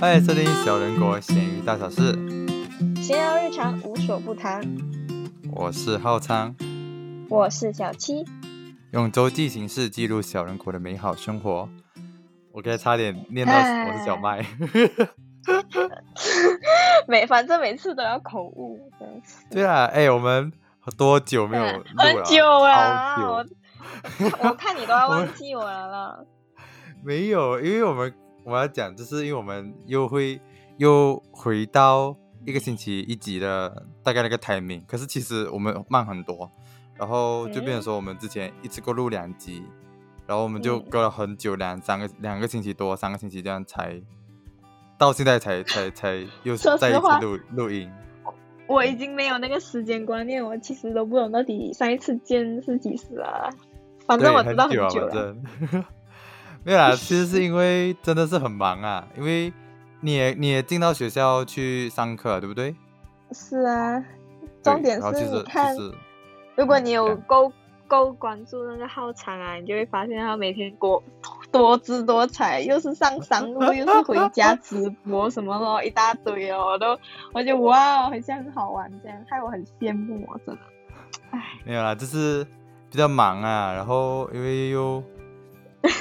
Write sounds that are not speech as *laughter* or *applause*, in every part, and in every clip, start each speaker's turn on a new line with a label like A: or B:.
A: 欢迎收听小人国咸鱼大小事，
B: 闲聊日常无所不谈。
A: 我是浩昌，
B: 我是小七， *laughs*
A: 用周记形式记录小人国的美好生活。我刚才差点念到我是小麦， *laughs*
B: 每反正每次都要口误， *laughs* 真是
A: 对啊，哎，我们多久没有录了？
B: 很久
A: 超久
B: 啊！我我看你都要忘记我了啦。
A: 没有，因为我们我要讲，就是因为我们又会又回到一
B: 嗯
A: 个星期一集的大概那个 timing，可是其实我们慢很多，然后就变成说我们之前一次过录两集，然后我们就
B: 嗯
A: 隔了很久，两三个两个星期多，三个星期这样才到现在才才才又
B: 说实
A: 再一次
B: 话
A: 录录音。
B: *laughs* 我已经没有那个时间观念，我其实都不懂到底上一次见是几时啊。反
A: 对，
B: 正我知道
A: 很久啊，
B: 久
A: 反
B: 了。
A: 正。 *laughs* 没有
B: *laughs*
A: 啦，其实是因为真的是很忙啊，因为你也你也进到学校去上课，对不对？
B: 是啊，
A: 对
B: 重点
A: 然后其
B: 是
A: 实
B: 你
A: 其
B: 看，
A: 实
B: 如果你有
A: 嗯
B: 够够关注那个浩长啊，你就会发现他每天多多姿多彩，又是上山路，又是回家直播什么
A: *laughs*
B: 咯，一大堆哦，我都我就哇，好像很好玩这样，害我很羡慕哦，真的。
A: 没有啦，就是比较忙啊，然后因为又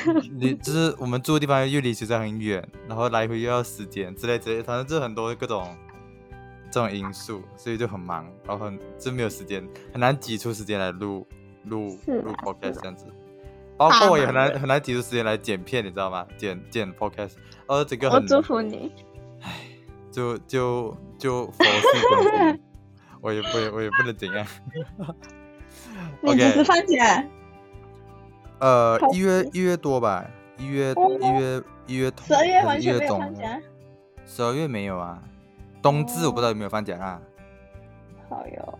B: *laughs*
A: 离就是我们住的地方又离学校很远，然后来回又要时间之类之类，反正就很多各种这种因素，所以就很忙，然后很就没有时间，很难挤出时间来录录
B: 是
A: 录
B: 啦
A: podcast
B: 是啦
A: 这样子。包括我也很
B: 大忙
A: 难很难挤出时间来剪片，你知道吗？剪剪 podcast，呃，整个
B: 我
A: 很
B: 祝福你，
A: 就就就佛系跟
B: *laughs*
A: 风我也不我也不能怎样。
B: 你几
A: OK
B: 时放假？
A: 呃，
B: 好
A: 一月一月多吧，一月
B: 哦
A: 一月一月头
B: 十二月
A: 还
B: 完
A: 是一
B: 全没
A: 月
B: 有
A: 中
B: 放假，哦
A: 十二月没有啊，冬至我不知道有没有放假啊啦。
B: 好哟。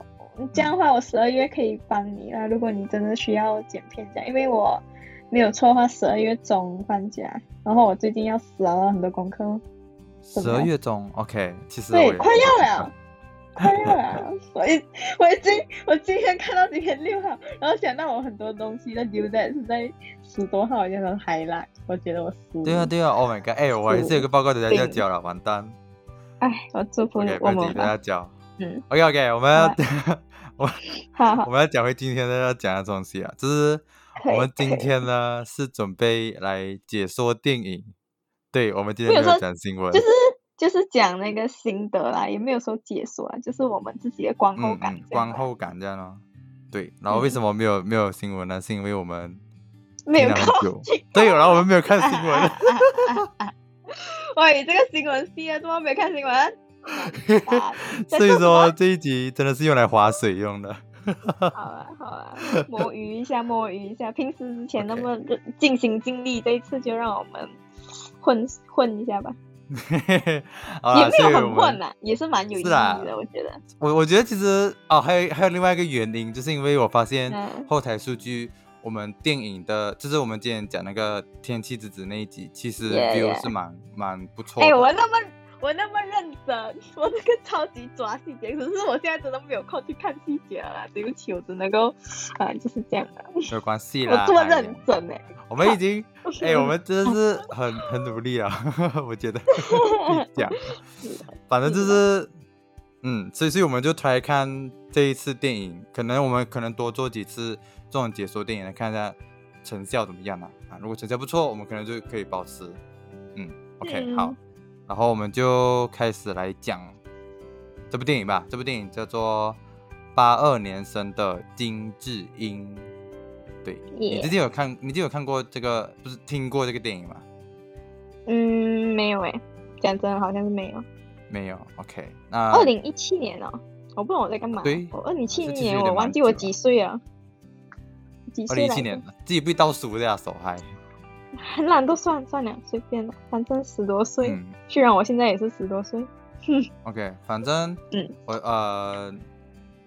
B: 这样的话，我十二月可以帮你啦。如果你真的需要剪片这样，因为我没有错的话，十二月中放假，然后我最近要死了很多功课哦。怎
A: 十
B: 么
A: 二
B: 了
A: 月中，OK，其实我
B: 对
A: 也，
B: 快要了，快要了。我已我已经我今天看到今天六号，然后想到我很多东西的丢在是在十多号，就很海啦。我觉得我死了。
A: 对啊对啊，Oh my god，哎，我还是有个报告等下要
B: 病
A: 交了，完蛋
B: 哎，我祝福你
A: 啊，OK，不
B: *laughs* 我
A: 要紧，
B: 们
A: 等下
B: 吧。
A: 交。
B: 嗯，
A: OK OK，我们要
B: 好啊
A: 我
B: 好好
A: *laughs* 我，们要讲回今天的要讲的东西啊，就是
B: 可以
A: 我们今
B: 可以
A: 天呢是准备来解说电影，对我们今天
B: 没有
A: 没有
B: 说
A: 讲新闻，
B: 就是就是讲那个心得啦，也没有说解说啊，就是我们自己的观后
A: 嗯
B: 感
A: 嗯、
B: 这样
A: 观
B: 吧。
A: 后感这样咯。对，然后为什么没有、没有新闻呢？是因为我们
B: *laughs* 没有
A: 听了很
B: 空
A: 久
B: 去
A: 对，然后我们没有
B: *laughs*
A: 看
B: 啊
A: 新闻。
B: 啊啊啊啊啊 *laughs* 喂，这个新闻系啊，怎么没看新闻？
A: *laughs*
B: 啊在
A: 所以
B: 做什
A: 说
B: 么
A: 这一集真的是用来划水用的。 *laughs*
B: 好啊，好啊，摸鱼一下，摸鱼一下。平时之前那
A: OK
B: 么热尽心尽力，这一次就让我们混混一下吧，
A: 好啦，
B: 也没
A: 啊所
B: 有
A: 以我
B: 很混
A: 们
B: 啊，也是蛮有意义
A: 是啦
B: 的，我觉得。
A: 我我觉得其实哦，还有还有另外一个原因，就是因为我发现
B: 嗯
A: 后台数据，我们电影的，就是我们之前讲那个《天气之子》那一集，其实
B: Yeah,
A: view
B: yeah
A: 是蛮蛮不错
B: 哎、
A: 的。
B: 我那么我那么认真，我这个超级抓细节，可是我现在真的没有空去看细节了啦，对不起，我只能够啊、就是这样的，
A: 没有
B: *laughs*
A: 关系啦
B: 我，这么
A: 哎
B: 认真哎、
A: 我们已经哎、我
B: *laughs*
A: 们真的是很很努力啊， *laughs* 我觉得 *laughs* 讲，反正就是，嗯，所以所以我们就 try 看这一次电影，可能我们可能多做几次这种解说电影来看一下成效怎么样啊。啊，如果成效不错，我们可能就可以保持，嗯，OK，
B: 嗯
A: 好，然后我们就开始来讲这部电影吧。这部电影叫做八二年生的金智英，对你
B: Yeah
A: 之前有看，你之前有看过这个，不是听过这个电影吗？
B: 嗯，没有哎、讲真的好像是没有。
A: 没有，OK，那
B: 二零一七年哦，我不懂我在干嘛。
A: 啊
B: 啊
A: 对
B: 我二零一七
A: 这其实有
B: 年
A: 点
B: 我
A: 蛮
B: 忘记
A: 久
B: 我
A: 了
B: 几岁了，几
A: 二
B: 岁
A: 零一
B: 来
A: 七
B: 着
A: 年，自己不倒数的呀，手嗨，
B: 很懒都算算了，随便了，反正十多岁，
A: 嗯
B: 虽然我现在也是十多岁。
A: ，OK，反正，
B: 嗯，
A: 我呃，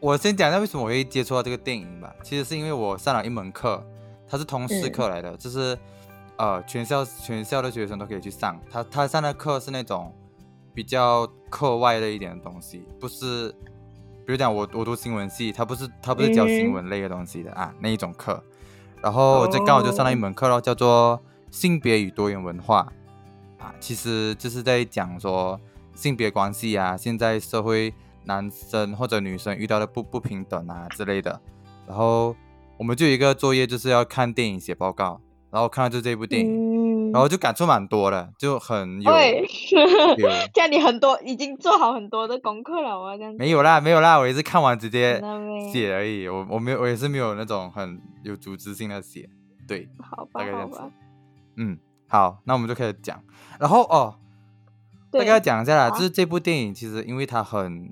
A: 我先讲一下为什么我会接触到这个电影吧。其实是因为我上了一门课，它是通识
B: 嗯
A: 课来的，就是呃，全校全校的学生都可以去上。他他上的课是那种比较课外的一点的东西，不是，比如讲我我读新闻系，他不是他不是教新
B: 嗯
A: 闻类的东西的、啊那一种课。
B: 哦
A: 然后我就刚好就上了一门课咯，叫做性别与多元文化。啊，其实就是在讲说性别关系啊，现在社会男生或者女生遇到的不不平等啊之类的。然后我们就有一个作业，就是要看电影写报告，然后看到就这部电影，
B: 嗯
A: 然后就感触蛮多的，就很有
B: 对，
A: 有
B: *laughs* 这样你很多已经做好很多的功课了啊，这样子
A: 没有啦， *laughs* 没有啦，我也是看完直接
B: 真的咩
A: 写而已，我我没有，我也是没有那种很有组织性的写，对，
B: 好
A: 大
B: 吧
A: 概这
B: 好
A: 样子
B: 吧，。
A: 嗯，好，那我们就开始讲，然后哦，大
B: 对，
A: 概要讲一下啦，
B: 好啊
A: 就是这部电影其实因为它很，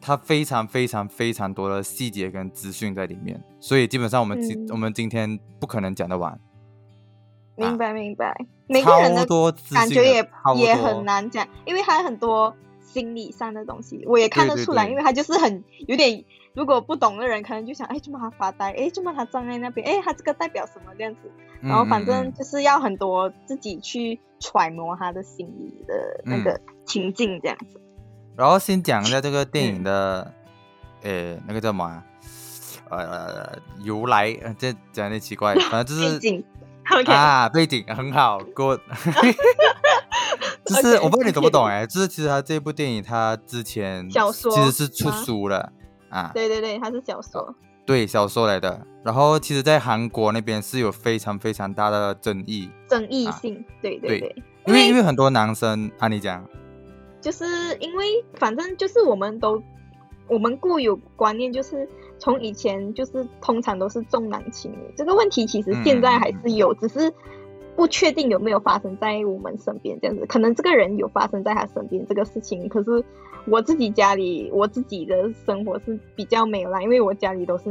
A: 它非常非常非常多的细节跟资讯在里面，所以基本上我们今、
B: 嗯
A: 我们今天不可能讲得完，
B: 明白明白，每个人
A: 超
B: 的
A: 多资讯的，
B: 感觉也
A: 超多
B: 也很难讲，因为他很多心理上的东西，我也看得
A: 对对
B: 出来，
A: 对
B: 因为他就是很有点，如果不懂的人可能就想，哎，怎么他发
A: *laughs*
B: 呆？哎，怎么他站在那边？哎，他这个代表什么这样子？
A: 嗯，
B: 然后
A: 嗯
B: 反正
A: 嗯
B: 就是要很多自己去揣摩他的心理的那
A: 嗯
B: 个情境这样子。
A: 然后先讲一下这个电
B: 嗯
A: 影的，呃、那个叫什么、啊？呃，由来，呃这讲有点奇怪，反正就
B: *laughs* 背
A: 是
B: 景，OK，
A: 啊，背景很好，good。就是我不知道你懂不懂哎、 *laughs* 就是其实他这部电影，他之前
B: 小说
A: 其实是出
B: 吗
A: 书了啊，
B: 对对对，他是小说，
A: 对，小说来的。然后其实，在韩国那边是有非常非常大的争议，
B: 争议
A: 啊
B: 性，对
A: 对
B: 对对。
A: 因为因
B: 因
A: 为很多男生啊，你讲，
B: 就是因为反正就是我们都我们固有观念就是从以前就是通常都是重男轻女这个问题，其实现在还是有，只是不确定有没有发生在我们身边这样子。可能这个人有发生在他身边这个事情，可是我自己家里我自己的生活是比较没有啦，因为我家里都是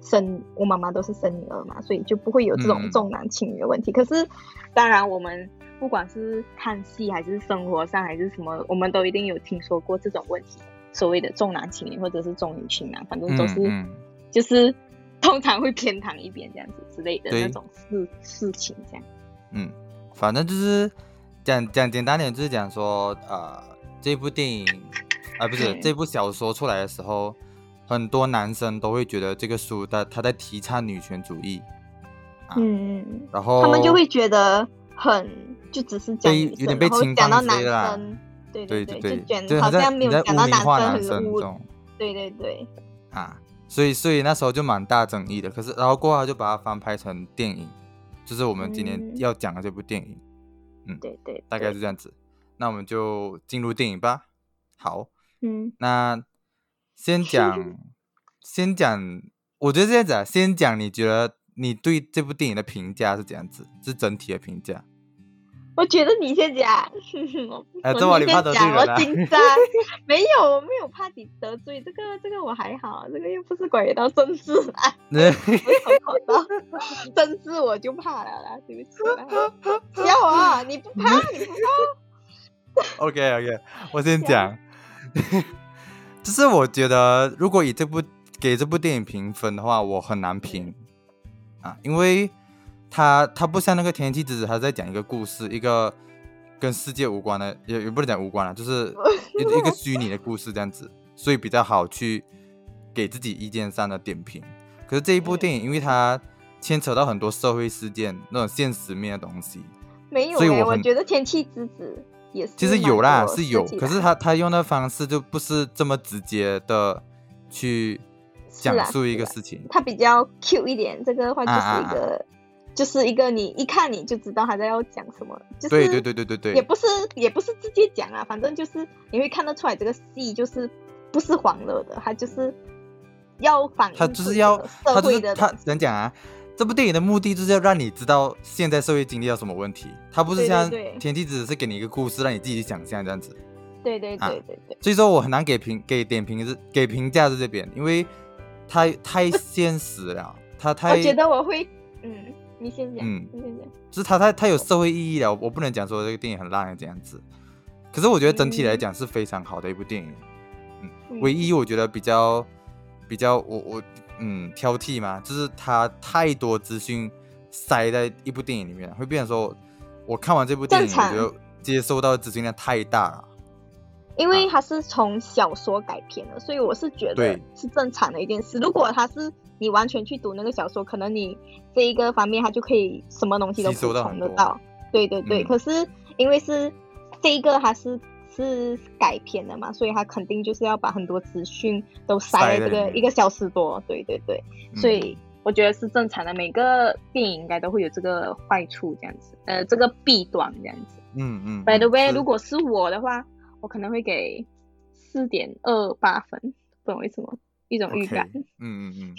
B: 生我妈妈都是生女儿嘛，所以就不会有这
A: 嗯
B: 种重男轻女的问题。可是当然，我们不管是看戏还是生活上还是什么，我们都一定有听说过这种问题，所谓的重男轻女或者是重女轻男，反正都是、
A: 嗯嗯
B: 就是 *laughs* 通常会偏袒一边这样子之类的
A: 对
B: 那种事事情这样。
A: 嗯，反正就是讲讲简单点，就是讲说，呃，这部电影啊、不是
B: 嗯
A: 这部小说出来的时候，很多男生都会觉得这个书的他在提倡女权主义，啊
B: 嗯嗯，
A: 然后
B: 他们就会觉得很就只是讲
A: 哦被
B: 女
A: 有点
B: 生，
A: 被
B: 然后
A: 侵
B: 讲到
A: 犯之
B: 男
A: 类的啦
B: 生。对
A: 对
B: 对，
A: 对，
B: 就
A: 就
B: 觉得好像没有
A: 你在
B: 讲
A: 污
B: 到
A: 名化
B: 男
A: 男
B: 生很
A: 生
B: 污
A: 这，种
B: 对对对，
A: 啊，所以所以那时候就蛮大争议的。可是然后过后他就把它翻拍成电影，就是我们今天
B: 嗯
A: 要讲的这部电影。
B: 对对，
A: 大概
B: 对
A: 是这样子。那我们就进入电影吧。好，
B: 嗯，
A: 那先讲，
B: *laughs*
A: 先讲，我觉得这样子啊，先讲你觉得你对这部电影的评价是怎样子？是整体的评价？
B: 我觉得你先讲， *laughs* 我
A: 哎
B: 我
A: 这么
B: 你
A: 你怕得
B: 先
A: 罪
B: 讲，我
A: 人啊 *laughs*
B: 紧张。没有，我没有怕你得罪，这个这个我还好，这个又不是关于到政治啊，我从头到政治我就怕了啦，对不起啦。笑啊，你不怕，你不
A: *laughs* OK OK，我先讲， *laughs* 就是我觉得如果以这部给这部电影评分的话，我很难评啊，因为它它不像那个《天气之子》，它在讲一个故事，一个跟世界无关的，也也不能讲无关了，就是一一个虚拟的故事这样子，所以比较好去给自己意见上的点评。可是这一部电影，因为它牵扯到很多社会事件那种现实面的东西，
B: 没有
A: 所以
B: 哎，
A: 我
B: 我
A: 很
B: 觉得天气之子也是，
A: 其实有啦，是有，可
B: 啊
A: 是他他用的方式就不是这么直接的去
B: 是啊
A: 讲述一个
B: 是啊
A: 事情。
B: 他比较 Q 一点，这个话就是
A: 啊
B: 一个，就是一个你一看你就知道他在要讲什么，就是
A: 对对对对对对
B: 也不是也不是直接讲啊，反正就是你会看得出来这个戏就是不是黄乐的，他就是要反映
A: 他就是要
B: 出
A: 他
B: 这个社
A: 就
B: 会
A: 是
B: 的
A: 他怎样讲啊？这部电影的目的就是要让你知道现在社会经历到什么问题，它不是
B: 对对
A: 像
B: 对
A: 《天气只是给你一个故事，让你自己去想象这样子。
B: 对对
A: 啊
B: 对对对，
A: 所以说我很难给评给点评是给评价是这边，因为太太现实了，它太
B: 我觉得我会嗯，你先讲，
A: 嗯
B: 你先讲，
A: 就是它它它有社会意义了，我不能讲说这个电影很烂这样子。可是我觉得整体来讲是非常好的一部电影，
B: 嗯
A: 唯一我觉得比较比较我我嗯挑剔嘛，就是它太多资讯塞在一部电影里面了，会变成说我看完这部电影，
B: 正
A: 我
B: 常
A: 觉得接收到的资讯量太大了。
B: 因为它是从小说改编的，所以我是觉得
A: 啊对
B: 是正常的一件事。如果它是你完全去读那个小说，可能你这一个方面它就可以什么东西都
A: 吸收
B: 补
A: 到
B: 充
A: 很
B: 得
A: 多
B: 到。对对对，
A: 嗯
B: 可是因为是这一个它是是改编的嘛，所以它肯定就是要把很多资讯都塞
A: 塞在
B: 在这
A: 里
B: 个
A: 面
B: 一个小时多，对对对，
A: 嗯
B: 所以我觉得是正常的，每个电影应该都会有这个坏处这样子，呃，这个弊端这样子。
A: 嗯嗯。
B: By the
A: 嗯
B: way，
A: 是
B: 如果是我的话，我可能会给四点二八分，不懂为什么，一种预
A: OK，
B: 感。
A: 嗯嗯嗯，
B: *laughs*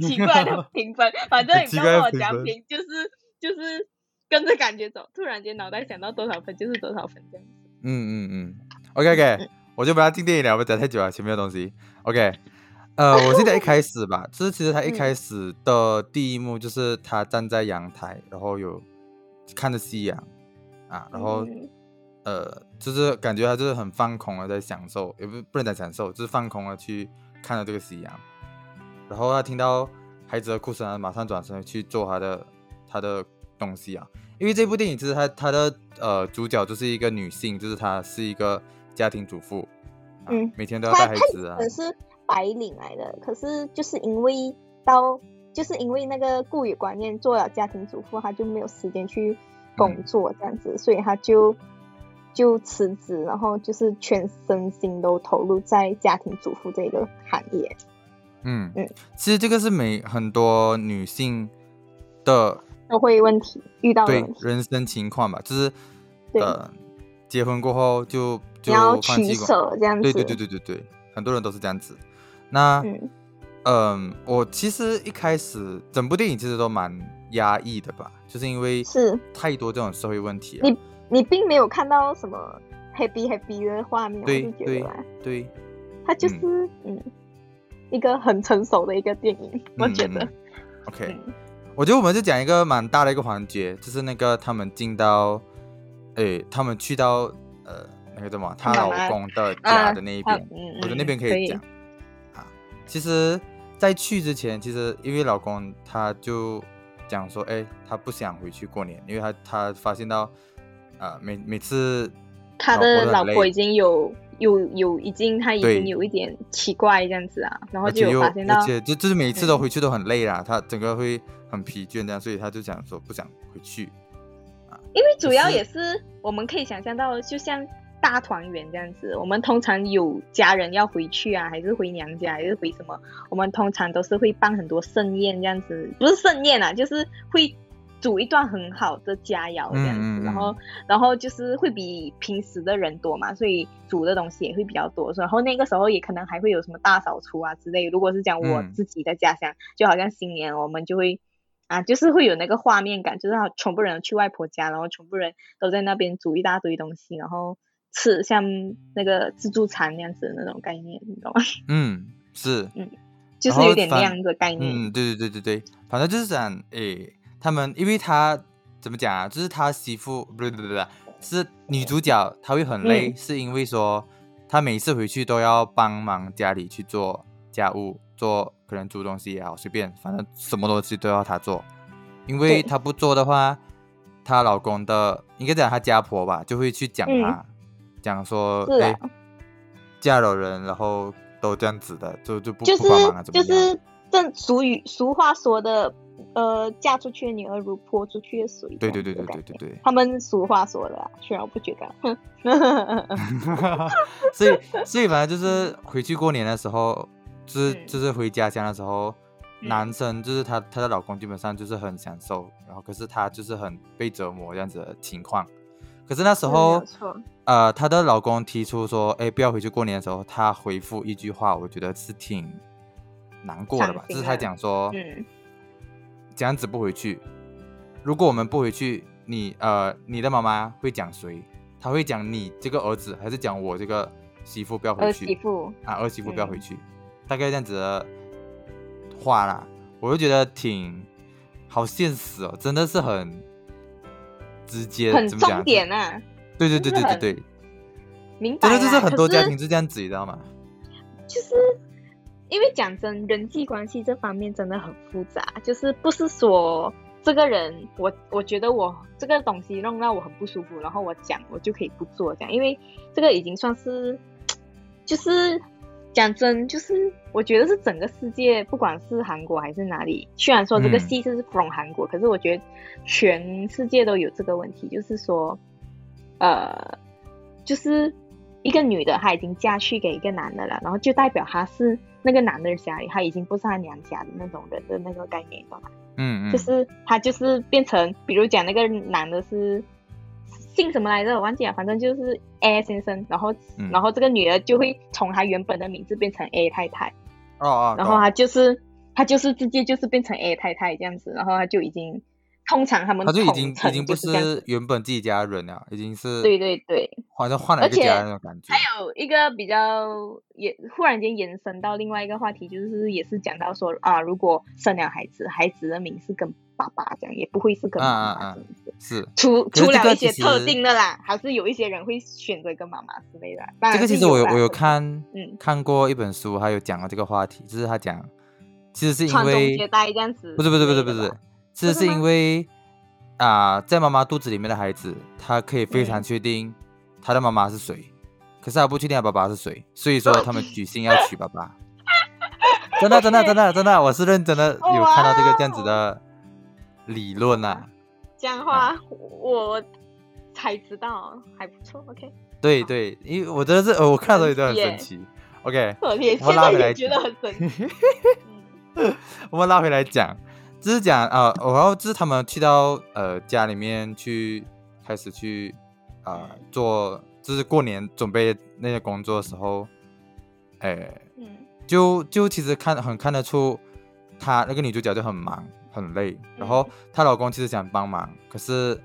B: 奇怪的评分，反正
A: *laughs*
B: 你
A: 奇
B: 跟
A: 怪的
B: 我
A: 评
B: 讲
A: 分
B: 评就是就是跟着感觉走，突然间脑袋想到多少分就是多少分这样子。
A: 嗯嗯嗯，OK OK，我就不要进电影了，我们讲太久啊了，前面的东西。OK，呃，我记得一开始吧， *laughs* 就是其实他一开始的第一幕就是他站在阳台，然后有看着夕阳啊，然后、
B: 嗯
A: 呃，就是感觉他就是很放空的在享受，也不不能讲享受，就是放空的去看着这个夕阳。然后他听到孩子的哭声，他马上转身去做他的他的东西啊。因为这部电影其实它它的呃主角就是一个女性，就是她是一个家庭主妇，啊、
B: 嗯
A: 每天都要带
B: 他他
A: 孩子啊
B: 嗯可，能是白领来的，可是就是因为到就是因为那个固有观念，做了家庭主妇，他就没有时间去工作这样子，所以他就就辞职，然后就是全身心都投入在家庭主妇这个行业。
A: 嗯
B: 嗯，
A: 其实这个是每很多女性的
B: 都会问题遇到的
A: 对
B: 问题，
A: 人生情况吧，就是
B: 哦对
A: 呃结婚过后就就
B: 你要
A: 放
B: 取
A: 弃工
B: 舍这样子。
A: 对对对对对对，很多人都是这样子。那
B: 嗯
A: 嗯，我其实一开始整部电影其实都蛮压抑的吧，就是因为
B: 是
A: 太多这种社会问题了。
B: 你你并没有看到什么 happy happy 的画面，我
A: 对
B: 就觉
A: 对
B: 得啊
A: 对，
B: 它就是嗯一个很成熟的一个电影，我觉得
A: 嗯。OK，
B: 嗯
A: 我觉得我们就讲一个蛮大的一个环节，就是那个他们进到，诶，他们去到呃那个叫什么，她
B: 妈
A: 老
B: 妈
A: 公的家
B: 啊
A: 的那一
B: 好
A: 边，
B: 嗯
A: 我觉得
B: 嗯
A: 那边可以讲啊。其实，在去之前，其实因为老公他就讲说，哎，他不想回去过年，因为他他发现到，啊，每每次
B: 他的
A: 老
B: 老
A: 都很
B: 婆
A: 累
B: 已经有有有已经他已
A: 对
B: 经有一点奇怪这样子啊，然后
A: 而
B: 就
A: 且
B: 有
A: 又
B: 发现到
A: 而且就就是每一次都
B: 嗯
A: 回去都很累啦，他整个会很疲倦这样，所以他就想说不想回去。
B: 因为主要
A: 可是
B: 也是我们可以想象到，就像大团圆这样子，我们通常有家人要回去啊，还是回娘家，还是回什么，我们通常都是会办很多盛宴这样子，不是盛宴啊，就是会煮一段很好的佳肴这样子，
A: 嗯嗯嗯
B: 然后然后就是会比平时的人多嘛，所以煮的东西也会比较多，然后那个时候也可能还会有什么大扫除啊之类。如果是讲我
A: 嗯
B: 自己的家乡，就好像新年我们就会啊，就是会有那个画面感，就是好全部人去外婆家，然后全部人都在那边煮一大堆东西，然后吃像那个自助餐那样子的那种概念，你懂吗？ *laughs*
A: 嗯，是，
B: 就是
A: 然后
B: 有点那
A: 反
B: 样的概念。
A: 嗯，对对对对对，反正就是讲，诶，他们因为他怎么讲啊，就是他媳妇，不对不对不对，是女主角，她会很累，
B: 嗯
A: 是因为说她每次回去都要帮忙家里去做家务，做可能煮东西也好，随便，反正什么东西都要她做，因为
B: 对
A: 她不做的话，她老公的应该讲她家婆吧，就会去讲
B: 嗯
A: 她，讲说，
B: 是啊
A: 诶，嫁了人，然后。都这样子的，就就不
B: 就是
A: 不帮忙啊，怎么
B: 就
A: 样？
B: 是正俗语俗话说的，呃，嫁出去的女儿如泼出去的水。
A: 对对对
B: 这
A: 对对
B: 种感
A: 对
B: 觉
A: 对，
B: 他们俗话说的、啊，虽然我不觉得。哼
A: 所以所以反正就是回去过年的时候，就是
B: 嗯
A: 就是回家乡的时候，
B: 嗯
A: 男生就是她她的老公基本上就是很享受，然后可是她就是很被折磨这样子的情况。可是那时
B: 是没
A: 候
B: 有错，
A: 呃，她的老公提出说，哎，不要回去过年的时候，她回复一句话，我觉得是挺难过的吧，
B: 伤
A: 就
B: 心
A: 是她
B: 的
A: 讲说，
B: 嗯，
A: 这样子不回去，如果我们不回去，你呃，你的妈妈会讲谁？她会讲你这个儿子，还是讲我这个媳妇不要回
B: 儿
A: 去？
B: 呃媳妇，
A: 啊，儿媳妇不要回
B: 嗯
A: 去，大概这样子的话啦，我就觉得挺好现实哦，真的是很直接，
B: 很
A: 怎么讲
B: 重点啊，
A: 对对对
B: 真
A: 对
B: 的
A: 对
B: 很啊
A: 对，
B: 明白
A: 真
B: 啦。
A: 的就是很多
B: 可是
A: 家庭是这样子，你知道吗？
B: 就是因为讲真，人际关系这方面真的很复杂，就是不是说这个人，我我觉得我这个东西弄到我很不舒服，然后我讲我就可以不做这样，因为这个已经算是，就是讲真，就是我觉得是整个世界，不管是韩国还是哪里，虽然说这个
A: 嗯
B: 戏是 from 韩国，可是我觉得全世界都有这个问题，就是说呃，就是一个女的，她已经嫁去给一个男的了，然后就代表她是那个男的家里，她已经不是她娘家的那种人的那个概念，懂吗？
A: 嗯嗯，
B: 就是她就是变成，比如讲那个男的是姓什么来着，我忘记了，反正就是 A 先生，然后、
A: 嗯
B: 然后这个女的就会从她原本的名字变成 A 太太，
A: 哦哦，
B: 然后
A: 懂
B: 她就是她就是直接就是变成 A 太太这样子，然后她就已经通常他们
A: 他就已
B: 统
A: 经已
B: 称
A: 经
B: 就
A: 不
B: 是这样子
A: 是原本自己家人了，已经是
B: 对对对，
A: 好像换了
B: 而
A: 一个家
B: 且
A: 那种感觉。
B: 还有一个比较也忽然间延伸到另外一个话题，就是也是讲到说啊，如果生了孩子，孩子的名是跟爸爸这样，也不会是跟妈
A: 嗯嗯嗯
B: 妈这样子。
A: 是
B: 除
A: 可是
B: 除
A: 这
B: 了
A: 个
B: 一些
A: 其
B: 特
A: 实
B: 定的啦，还是有一些人会选择跟妈妈之类的啦。当
A: 这
B: 然
A: 个，其
B: 是
A: 实我
B: 哎有啦
A: 我有
B: 可是
A: 看
B: 嗯
A: 看过一本书，还有讲到这个话题，就是他讲，其实是因
B: 传宗
A: 为
B: 接代这样子
A: 不是不是不是
B: 之类
A: 不
B: 的
A: 是
B: 吧，
A: 这
B: 不
A: 是
B: 是吗
A: 因为啊、在妈妈肚子里面的孩子，他可以非常
B: 嗯
A: 确定他的妈妈是谁，可是他不确定他爸爸是谁，所以说他们举行要娶爸爸。真的真的真的真的，我是认真的有看到这个这样子的理论啊。
B: 这样的话，我才知道还不错。OK，
A: 对对，因为我真的是，呃我看到也觉得很
B: 神
A: 神
B: 奇
A: 奇。OK，
B: 我也
A: 我
B: 现
A: 们拉
B: 在
A: 回来
B: 也觉得
A: 讲
B: 很神
A: *laughs*
B: 奇。嗯
A: 我们拉回来讲，就是讲啊，呃然后就是他们去到呃家里面去开始去啊、呃做，就是过年准备那些工作的时候，哎，
B: 嗯
A: 就就其实看很看得出她那个女主角就很忙很累，然
B: 嗯
A: 后她老公其实想帮忙，可是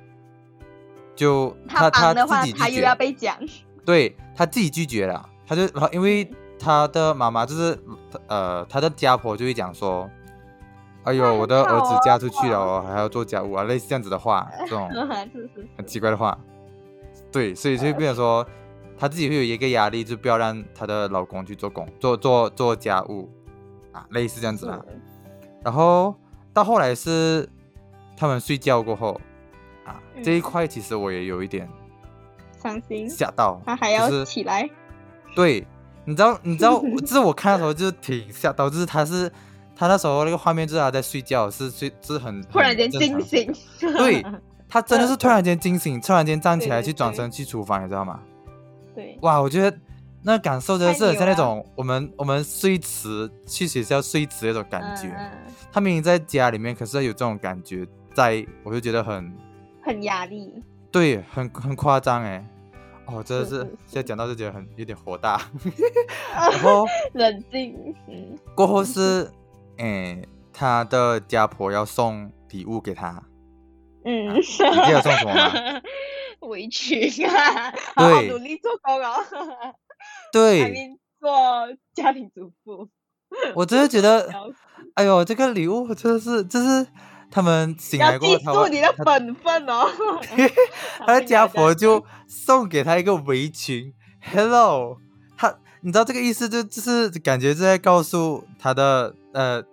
A: 就她
B: 他
A: 她
B: 忙的话，
A: 自己
B: 他
A: 拒
B: 又
A: 绝
B: 要，被讲。 *laughs*
A: 对她自己拒绝了，她就然后因为她的妈妈就是呃她的家婆就会讲说。哎呦，
B: 那
A: 我
B: 很
A: 的儿子
B: 好
A: 嫁出去了
B: 哦
A: 哦，还要做家务啊，类似这样子的话，这
B: *laughs*
A: 种
B: 是是
A: 很
B: 是
A: 奇怪的话，对，所以就会变成说，她自己会有一个压力，就不要让她的老公去做工，做做做家务啊，类似这样子啦。
B: 嗯
A: 然后到后来是他们睡觉过后啊，这一
B: 嗯
A: 块其实我也有一点
B: 伤心，
A: 吓到，
B: 他还
A: 就
B: 要
A: 是
B: 起来。
A: 对，你知道，你知道，
B: *laughs*
A: 就是我看的时候就挺吓到，就是他是他那时候那个画面就是他在睡觉，是睡是很
B: 突然间
A: 很正
B: 惊
A: 常
B: 醒，
A: *laughs* 对他真的是突然间惊醒，突然间站起来
B: 对对
A: 去转
B: 对
A: 身去厨房，你知道吗？
B: *laughs* 对，
A: 哇，我觉得那感受真的
B: 太
A: 是很
B: 牛
A: 像那
B: 了
A: 种我们我们睡迟去学校睡迟那种感觉。
B: 嗯嗯
A: 他明明在家里面，可是有这种感觉在，我就觉得很
B: 很压力。 *laughs*
A: 对，很很夸张哎。哦，真的
B: 是
A: 是
B: 是
A: 现在讲到就觉得很有点火大。
B: *laughs*
A: 然后
B: 冷静，嗯
A: 过后是，诶，他的家婆要送礼物给
B: *laughs*
A: 他，
B: 嗯，
A: 啊你记得送什么
B: *laughs*
A: 吗？
B: 委屈啊，好好
A: 对
B: 努力做工哦，
A: 对，
B: *laughs* 还没做家庭主妇，
A: 我真的觉得
B: 要，
A: 哎呦，这个礼物真的是，就是他们醒来
B: 要
A: 过后，
B: 记
A: 他
B: 住
A: 们
B: 你的
A: 他
B: 本分哦。
A: *laughs* 他的家婆就送给他一个围裙，Hello，他你知道这个意思就就是感觉是在告诉他的呃，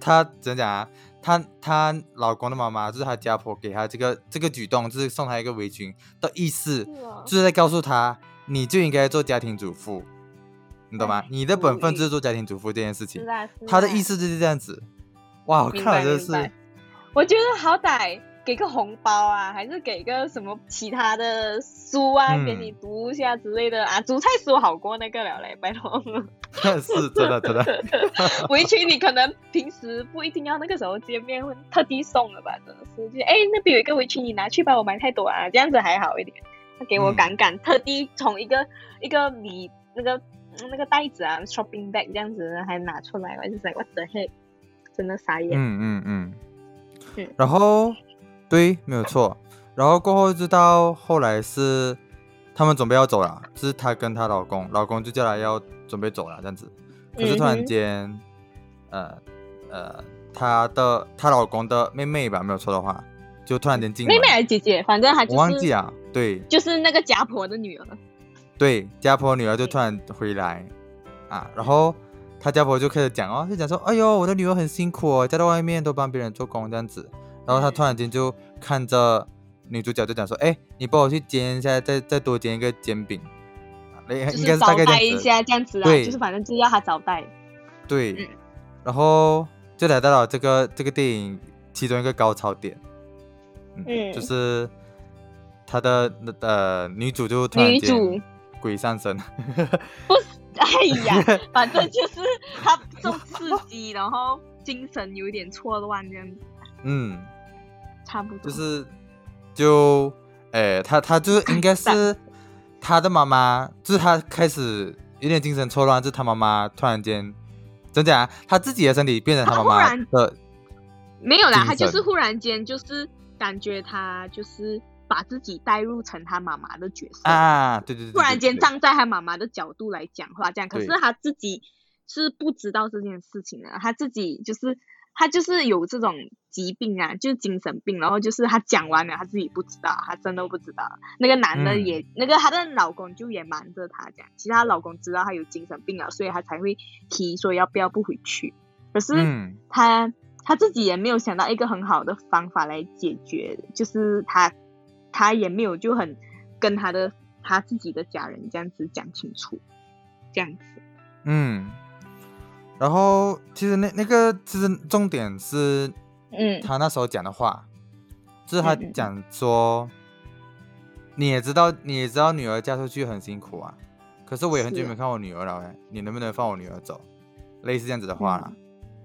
A: 他怎么讲啊？她她老公的妈妈就是她家婆给她这个这个举动，就是送她一个围裙的意思，
B: 是哦
A: 就是在告诉她你就应该做家庭主妇，你懂吗
B: 哎？
A: 你的本
B: 无
A: 分
B: 语
A: 就是做家庭主妇这件事情
B: 是。啊，是
A: 他的
B: 啊
A: 意思就是这样子。哇，我
B: 明
A: 看了
B: 白
A: 真的
B: 明白
A: 是，
B: 我觉得好歹给个红包啊，还是给个什么其他的书啊，给
A: 嗯
B: 你读一下之类的啊。煮菜书好过那个了嘞，拜托。 *laughs*
A: 是 *laughs* 真的真的，
B: 围裙你可能平时不一定要那个时候见面，会特地送了吧？真的是，就哎那边有一个围裙，你拿去吧，我买太多啊，这样子还好一点。他给我
A: 嗯
B: 赶赶，特地从一个一个米那个那个袋子啊，shopping bag 这样子还拿出来，我就是 like what the heck，真的傻眼。
A: 嗯嗯嗯
B: 嗯。
A: 然后，对，没有错。然后过后就到后来是他们准备要走了，就是她跟她老公，老公就叫她要准备走了这样子。可是突
B: 嗯
A: 然
B: 哼
A: 间，呃呃，她的她老公的妹妹吧，没有错的话，就突然间进来，
B: 妹妹还是姐姐，反正哎她就是
A: 我忘记了，对
B: 就是那个家婆的女儿。
A: *laughs* 对，家婆女儿就突然回来啊，然后他家婆就开始讲哦，就讲说，哎呦，我的女儿很辛苦哦，嫁到外面都帮别人做工这样子。然后他突然间就看着女主角就讲说，哎，你帮我去煎一下，再再多煎一个煎饼，啊那
B: 就
A: 应该
B: 是
A: 是大
B: 招
A: 概这
B: 待
A: 样
B: 一
A: 子。
B: 下这样子啦，
A: 对
B: 就是反正就是要他招待。 *laughs*
A: 对
B: 嗯，
A: 然后就来到了这个这个电影其中一个高潮点，嗯，
B: 嗯
A: 就是他的呃女主就突然
B: 女
A: 间
B: 主
A: 鬼上身，
B: 不是，哎
A: *laughs*
B: 呀，反正就是他受刺激，然后精神有一点错乱，这样子
A: 嗯，
B: 差不多。
A: 就是就诶、他他就是应该是他的妈妈，就是他开始有点精神错乱，就是他妈妈突然间怎讲啊，他自己的身体变成他妈
B: 他忽
A: 妈
B: 然
A: 的，
B: 没有啦，
A: 精
B: 他就是
A: 神
B: 忽然间就是感觉他就是把自己带入成他妈妈的角色，
A: 啊，对对对，
B: 突然
A: 对
B: 间
A: 对
B: 站在他妈妈的角度来讲话，这样。可是
A: 对
B: 他自己是不知道这件事情的，他自己就是他就是有这种疾病啊，就是精神病，然后就是他讲完了，他自己不知道，他真的不知道。那个男的
A: 嗯
B: 也，那个她的老公就也瞒着她这样，其实她老公知道她有精神病啊，所以她才会提说要不要不回去。可是
A: 嗯
B: 他他自己也没有想到一个很好的方法来解决，就是他他也没有就很跟他的他自己的家人这样子讲清楚，这样子
A: 嗯，然后其实那那个其实重点是
B: 嗯
A: 他那时候讲的话，就是他
B: 嗯嗯嗯
A: 讲说，你也知道，你也知道女儿嫁出去很辛苦啊，可是我也很
B: 是
A: 久
B: 啊
A: 没看我女儿了、欸，你能不能放我女儿走？类似这样子的话啦，
B: 嗯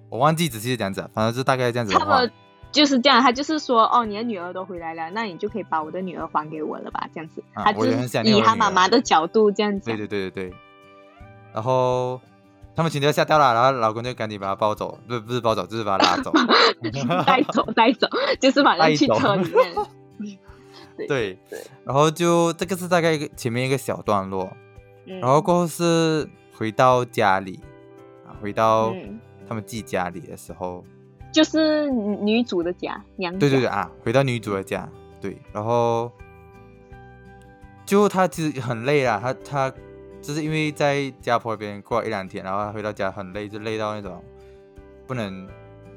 A: 我忘记仔细是这样子啊，反正就大概这样子的
B: 差不
A: 话
B: *laughs* 多，就是这样。他就是说哦，你的女儿都回来了，那你就可以把我的女儿还给我了吧？这样子，
A: 啊
B: 他就
A: 我也很想
B: 是
A: 念
B: 以
A: 我的
B: 他
A: 女
B: 妈
A: 儿
B: 妈的角度这样
A: 对
B: 讲，
A: 对对对对，然后他们全家吓到了，然后老公就赶紧把她抱走，不不是抱走，就是把她拉走，
B: *laughs*
A: *laughs*
B: 带走带走，就是反
A: 带
B: 正去
A: 走
B: 车里面。
A: 对
B: 对，
A: 然后就这个是大概一个前面一个小段落，
B: 嗯、
A: *laughs* 然后过后是回到家里啊，回到
B: 嗯
A: 他们自己家里的时候，
B: 就是女主的家娘家，
A: 对对对啊，回到女主的家，对，然后就她其实很累啊，她她就是因为在家婆那边过了一两天，然后她回到家很累，就累到那种不能，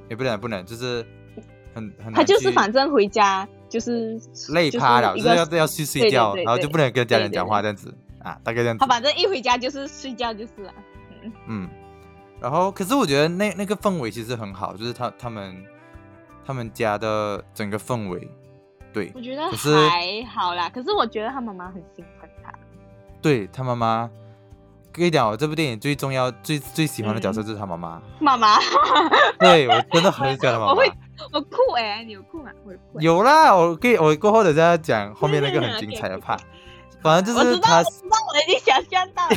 A: 也不能不能，就是很很
B: 他
A: 难
B: 就是
A: 去
B: 反正回家就是
A: 累
B: 就
A: 趴了，
B: 一
A: 就
B: 个
A: 是要要去睡
B: 对对
A: 觉，
B: 对
A: 然后
B: 对
A: 就不能跟家
B: 对
A: 人
B: 对
A: 讲
B: 对
A: 话这样子啊，大概这样子
B: 他。反正一回家就是睡觉就是了。
A: 嗯，然后可是我觉得那那个氛围其实很好，就是他他们他们家的整个氛围，对
B: 我觉得
A: 可是
B: 还好啦，可是我觉得他妈妈很啊心疼他。
A: 对，他妈妈跟你讲，我这部电影最重要最最喜欢的角色就是他妈妈，
B: 妈妈， *laughs*
A: 对我真的很喜欢他妈
B: 嗯
A: 妈
B: 我会。我哭哎、你有哭吗？我有哭欸、
A: 有啦，我可以我过后等下讲后面那个很精彩的
B: OK，OK，OK *laughs*
A: part，反正
B: 我
A: 就是
B: 知道，
A: 他
B: 我，知道，我已经想象到了。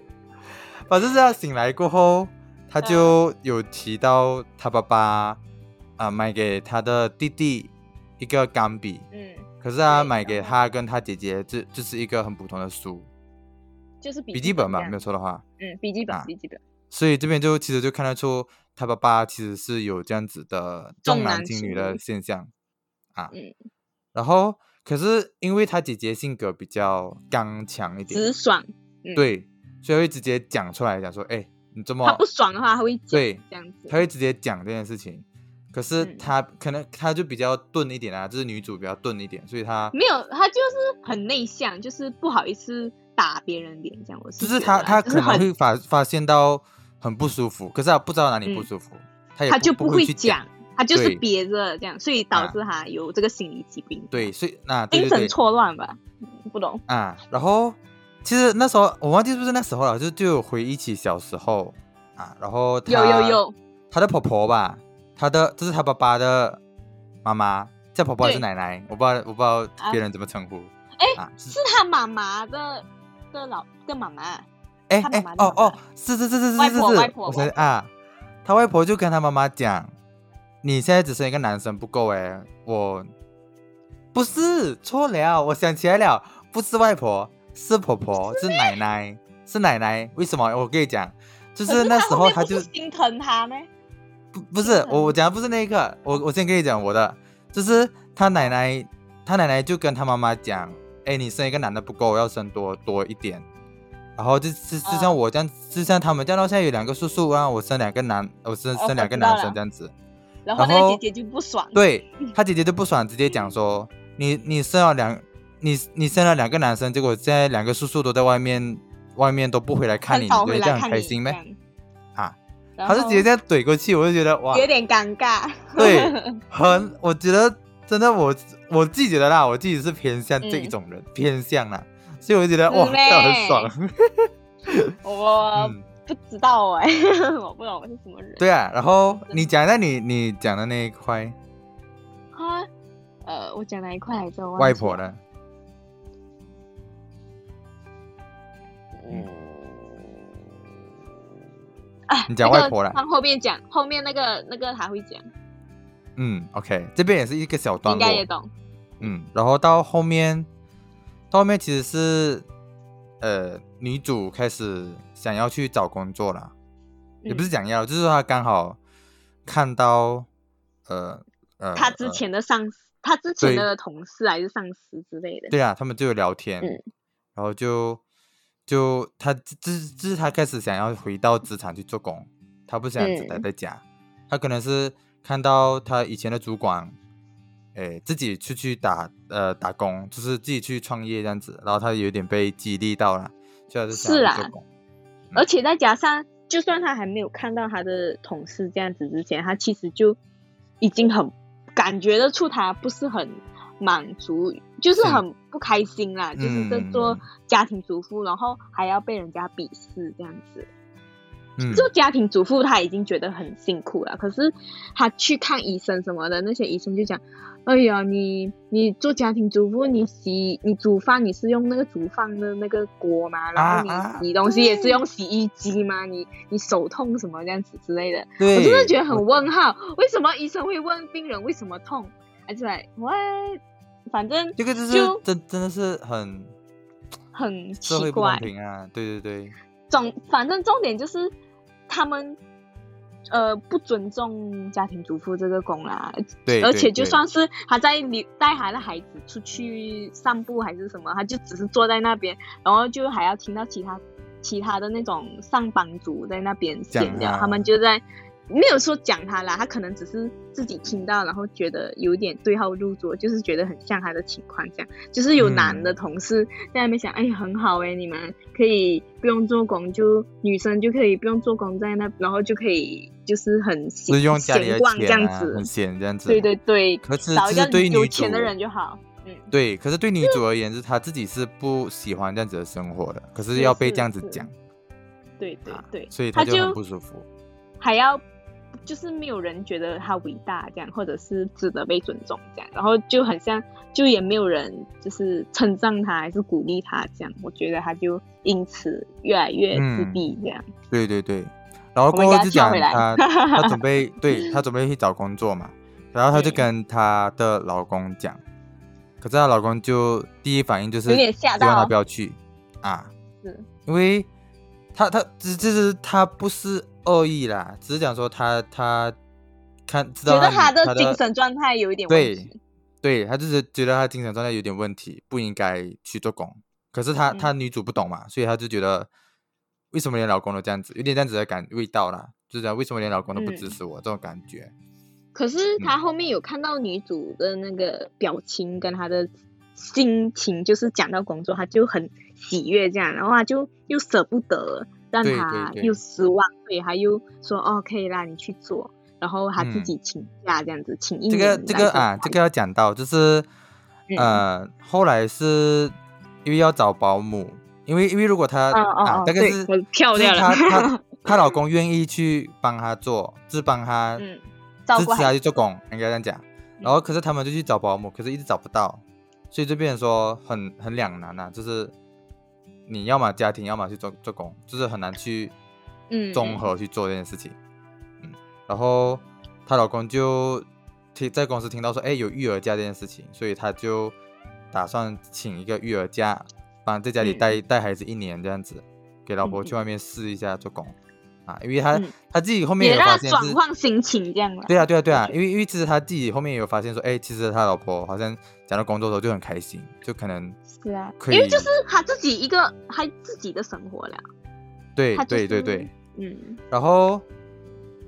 A: *laughs* 反正是他醒来过后，他
B: 嗯
A: 就有提到他爸爸啊买给他的弟弟一个钢笔，
B: 嗯，
A: 可是他
B: 对
A: 买
B: 然
A: 给
B: 后
A: 他跟他姐姐，这就是一个很普通的书，
B: 就是笔
A: 笔记本
B: 吧
A: 吧，，没有错的话。
B: 嗯，笔记本，
A: 啊
B: 笔记本。
A: 所以这边就其实就看得出他爸爸其实是有这样子的
B: 重
A: 重男
B: 男
A: 轻
B: 轻
A: 女
B: 女
A: 的现象啊。
B: 嗯
A: 然后可是因为他姐姐性格比较刚强一
B: 直
A: 点，
B: 爽，嗯
A: 对，所以会直接讲出来，讲说，哎，你这
B: 他
A: 么
B: 不爽的话，他会讲
A: 对
B: 这样子。
A: 他会直接讲这件事情。可是
B: 嗯
A: 他、可能他就比较钝一点啊，就是女主比较钝一点，所以他
B: 没有，他就是很内向，就是不好意思打别人脸，这样我是
A: 就是
B: 觉
A: 他
B: 得
A: 他
B: 啦就
A: 可
B: 是
A: 能
B: 很
A: 会发发现到很不舒服，可是他不知道哪里不
B: 嗯
A: 舒服，他也
B: 他就
A: 不
B: 会
A: 去
B: 讲，。他就是
A: 对
B: 憋着这样，所以导
A: 啊
B: 致他有这个心理疾病，
A: 对，所以那、对
B: 精
A: 对
B: 神
A: 对
B: 错乱吧，嗯不懂。
A: 啊，然后其实那时候我忘记是不是那时候了，就就有回忆起小时候啊，然后
B: 有有
A: 她
B: 有，
A: 她的婆婆吧，她的这是她爸爸的妈妈，叫婆婆还是
B: 对
A: 奶奶，我不知道我不知道
B: 啊
A: 别人怎么称呼。
B: 哎
A: 啊，是
B: 是他妈妈的的老的妈妈，
A: 哎
B: 她妈
A: 哎
B: 妈的
A: 哦
B: 妈
A: 哦，是是是是是
B: 外
A: 是
B: 婆外
A: 是，
B: 婆
A: 我想
B: 外
A: 啊，他外婆就跟他妈妈讲，你现在只剩一个男生不够哎，我不是错了，我想起来了，不是外婆，是婆婆，是奶奶，是奶奶，为什么？我跟你讲，就
B: 可
A: 是那时
B: 后
A: 候
B: 面
A: 他
B: 不
A: 就是
B: 心疼他吗？
A: 不不是
B: 疼
A: 我我讲的不是那一个，我我先跟你讲我的，就是他奶奶，他奶奶就跟他妈妈讲，哎，你生一个男的不够，要生多多一点。然后就就就像
B: 嗯
A: 我这样，就像他们这样，到现在有两个叔叔啊，我生两个男，我生
B: 哦
A: 生两
B: 我
A: 个
B: 知道
A: 男
B: 了
A: 生这样子。
B: 然后那
A: 然
B: 个
A: 后
B: 姐姐就不爽，，
A: 对他姐姐就不爽，直接讲说，你你生了两，你你生了两个男生，结果现在两个叔叔都在外面，外面都不回来看你，你
B: 很少
A: 觉
B: 回
A: 得这
B: 来
A: 样
B: 看
A: 很
B: 你
A: 开心
B: 这
A: 咩？
B: 样
A: 啊，
B: 然
A: 他就直接 *laughs*
B: 后
A: 这样怼过去，我就觉得哇，
B: *laughs* 有点尴尬，
A: 对，很，我觉得真的我我自己觉得啦，我自己是偏向这一种人，偏向啦，所以我就觉得哇，
B: 是
A: 这
B: 咩
A: 样很爽。
B: 我
A: 嗯，
B: 不知道哎、 *laughs* 我不懂我是什么人。
A: *laughs* 对啊。然后你讲一下你你讲的那一块
B: 啊，呃，我讲哪一块来着？我忘记
A: 外婆
B: 了。
A: 的，
B: 嗯。啊，
A: *laughs* 你讲
B: *laughs* 那个
A: 外婆啦
B: 放后面讲，后面那个那个还会讲，
A: 嗯，OK，这边也是一个小段
B: 应该
A: 落
B: 也，懂。
A: 嗯，然后到后面，到后面其实是呃女主开始想要去找工作了。
B: 嗯
A: 也不是讲要，就是说他刚好看到，呃呃，
B: 他之
A: 呃
B: 前的上司，他之
A: 对
B: 前的同事还是上司之类的。
A: 对啊，他们就有聊天，
B: 嗯
A: 然后就就他这这这是他开始想要回到职场去做工，他不想只待
B: 嗯
A: 在家，他可能是看到他以前的主管，诶自己出去打呃打工，就是自己去创业这样子，然后他有点被激励到了，所以他就想
B: 是啊
A: 要
B: 啦
A: 去做工，
B: 而且再加上，就算他还没有看到他的同事这样子之前，他其实就已经很感觉得出他不是很满足，就是
A: 是
B: 很不开心啦，就是在
A: 嗯
B: 做家庭主妇，然后还要被人家鄙视这样子。
A: 嗯，
B: 做家庭主妇他已经觉得很辛苦了，可是他去看医生什么的，那些医生就讲：“哎呀，你你做家庭主妇，你洗你煮饭你是用那个煮饭的那个锅吗？然后你
A: 啊
B: 洗东西也是用洗衣机吗？你你手痛什么这样子之类的。”
A: 对，
B: 我真的觉得
A: 我
B: 很问号，为什么医生会问病人为什么痛？而且 what？反正
A: 这个就是
B: 就
A: 真真的是很
B: 很
A: 社
B: 奇
A: 会不公
B: 怪。
A: 平啊！对对对，
B: 总反正重点就是他们呃不尊重家庭主妇这个工啦，
A: 对，
B: 而
A: 对
B: 且就
A: 对
B: 算是他在你带他的孩子出去散步还是什么，他就只是坐在那边，然后就还要听到其他其他的那种上班族在那边闲
A: 讲啊
B: 聊，
A: 他
B: 他们就在。没有说讲他啦，他可能只是自己听到，然后觉得有点对号入座，就是觉得很像他的情况这样。就是有男的
A: 嗯
B: 同事在那边想，哎，很好哎，你们可以不用做工，就女生就可以不用做工在那，然后就可以就是很闲
A: 是用家里的
B: 闲逛这
A: 钱
B: 样
A: 啊，
B: 子，
A: 很闲这样子。
B: 对对对，
A: 可是
B: 找一
A: 这
B: 个
A: 是对
B: 有
A: 女
B: 钱的
A: 主
B: 人就好。嗯，
A: 对，可是对女主而言是她自己是不喜欢这样子的生活的，可是
B: 是
A: 要被
B: 是
A: 这样子
B: 是
A: 讲，
B: 对对对，
A: 所以
B: 他
A: 她就很
B: 就
A: 不舒服。
B: 还要就是没有人觉得他伟大这样，或者是值得被尊重这样，然后就很像就也没有人就是称赞他还是鼓励他这样，我觉得他就因此越来越自
A: 嗯
B: 闭这样。
A: 对对对，然后
B: 我们
A: 过后
B: 给她
A: 就
B: 跳
A: 讲
B: 回来
A: 她
B: *laughs*
A: 她准备对她准备去找工作嘛，然后她就
B: 对
A: 跟她的老公讲，可是她老公就第一反应就是
B: 有点吓
A: 希望她
B: 到
A: 不要去啊，
B: 是
A: 因为他他只就是他不是恶意啦，只是讲说他他看知道
B: 觉得
A: 他
B: 他
A: 的
B: 的精神状态有一点问
A: 对
B: 题。
A: 对，他就是觉得他精神状态有点问题，不应该去做工。可是
B: 嗯
A: 他、他女主不懂嘛，所以他就觉得为什么连老公都这样子，有点这样子的感味道啦，就是讲为什么连老公都不支
B: 嗯
A: 持我、这种感觉。
B: 可
A: 嗯
B: 是他后面有看到女主的那个表情跟她的心情，就是讲到工作，他就很喜悦这样，然后他就又舍不得让
A: 对
B: 她
A: 对对
B: 又失望，所以他又说哦可以啦，你去做，然后他自己请假这样子，请一
A: 嗯这
B: 年
A: 个
B: 来
A: 这个
B: 做
A: 啊，这个要讲到，就是、
B: 嗯
A: 呃，后来是因为要找保姆，因为因为如果她、
B: 哦哦
A: 啊
B: 哦，
A: 大概
B: 对
A: 是
B: 我跳
A: 就是
B: 掉了
A: 她
B: *laughs*
A: 她她老公愿意去帮她做，就是帮她、
B: 嗯照
A: 支
B: 顾
A: 持
B: 孩嗯
A: 她去做工，应该这样讲。然后可是他们就去找保姆，可是一直找不到，所以就变成说很很两难啊，就是你要么家庭，要么去做做工，就是很难去
B: 嗯
A: 综合去做这件事情。嗯，然后她老公就听在公司听到说，哎，有育儿假这件事情，所以她就打算请一个育儿假，帮在家里
B: 嗯
A: 带、带孩子一年这样子，给老婆
B: 嗯
A: 去外面试一下做工啊，因为她
B: 嗯
A: 她自己后面
B: 也
A: 有
B: 让
A: 发
B: 他
A: 现
B: 转
A: 是
B: 换心情这样了。
A: 对啊，对啊，对啊，
B: 觉
A: 因为因为其实他自己后面也有发现说，哎，其实他老婆好像讲到工作的时候就很开心，就可能
B: 是啊，
A: 可以
B: 因为就是他自己一个他自己的生活了，
A: 对
B: 他就
A: 对
B: 是
A: 对对，
B: 嗯。
A: 然后，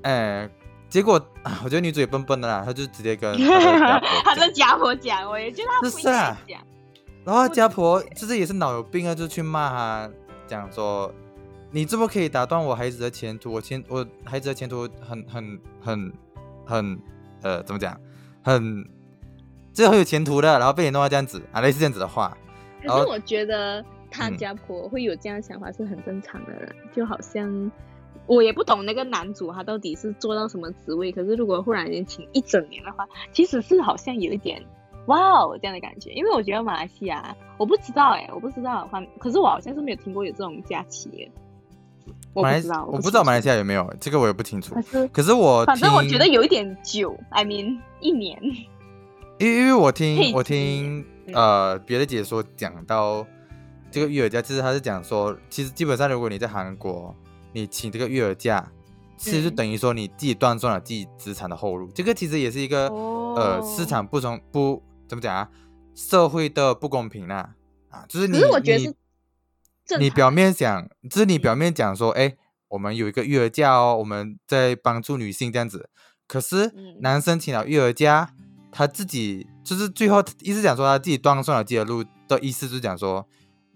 A: 哎，结果 *sighs* 啊我觉得女主也笨笨的啦，她就直接跟她的家
B: *laughs*
A: 婆
B: 他
A: 讲
B: 的家婆讲，我也觉得他不应该
A: 是啊
B: 讲。
A: 然后她家婆就是也是脑有病啊，就去骂她，讲说你这么可以打断我孩子的前途，我前我孩子的前途很很很很呃怎么讲，很这很有前途的，然后被你弄到这样子啊，类似这样子的话，然
B: 可
A: 后
B: 是我觉得他家婆会有这样的想法是很正常的啦，就好像我也不懂那个男主他到底是做到什么职位，可是如果忽然间请一整年的话，其实是好像有一点哇哦这样的感觉，因为我觉得马来西亚我不知道哎、我不知道，反可是我好像是没有听过有这种假期耶，我
A: 马
B: 不
A: 来
B: 知道，
A: 我不知道马来
B: 西
A: 西亚有没有这个，我也不清楚
B: 亚，。可是
A: 可是我
B: 反正我觉
A: 听
B: 得有一点久，I mean 一年，
A: 因为因为我听
B: 配
A: 我
B: 置
A: 听
B: 嗯
A: 呃别的解说讲到这个育儿假，其实他是讲说，其实基本上如果你在韩国，你请这个育儿假，其实就
B: 嗯
A: 等于说你自己断送了自己职场的后路。这个其实也是一个、呃市
B: 哦
A: 场不从不怎么讲啊，社会的不公平啦啊，就是
B: 可
A: 你
B: 是我觉得是
A: 你
B: 正
A: 你
B: 常
A: 表
B: 的
A: 面讲，就是你表面讲说，哎，我们有一个育儿假哦，我们在帮助女性这样子。可是
B: 嗯
A: 男生请了育儿假，他自己就是最后意思讲说他自己断送了自己的路的意思，就是讲说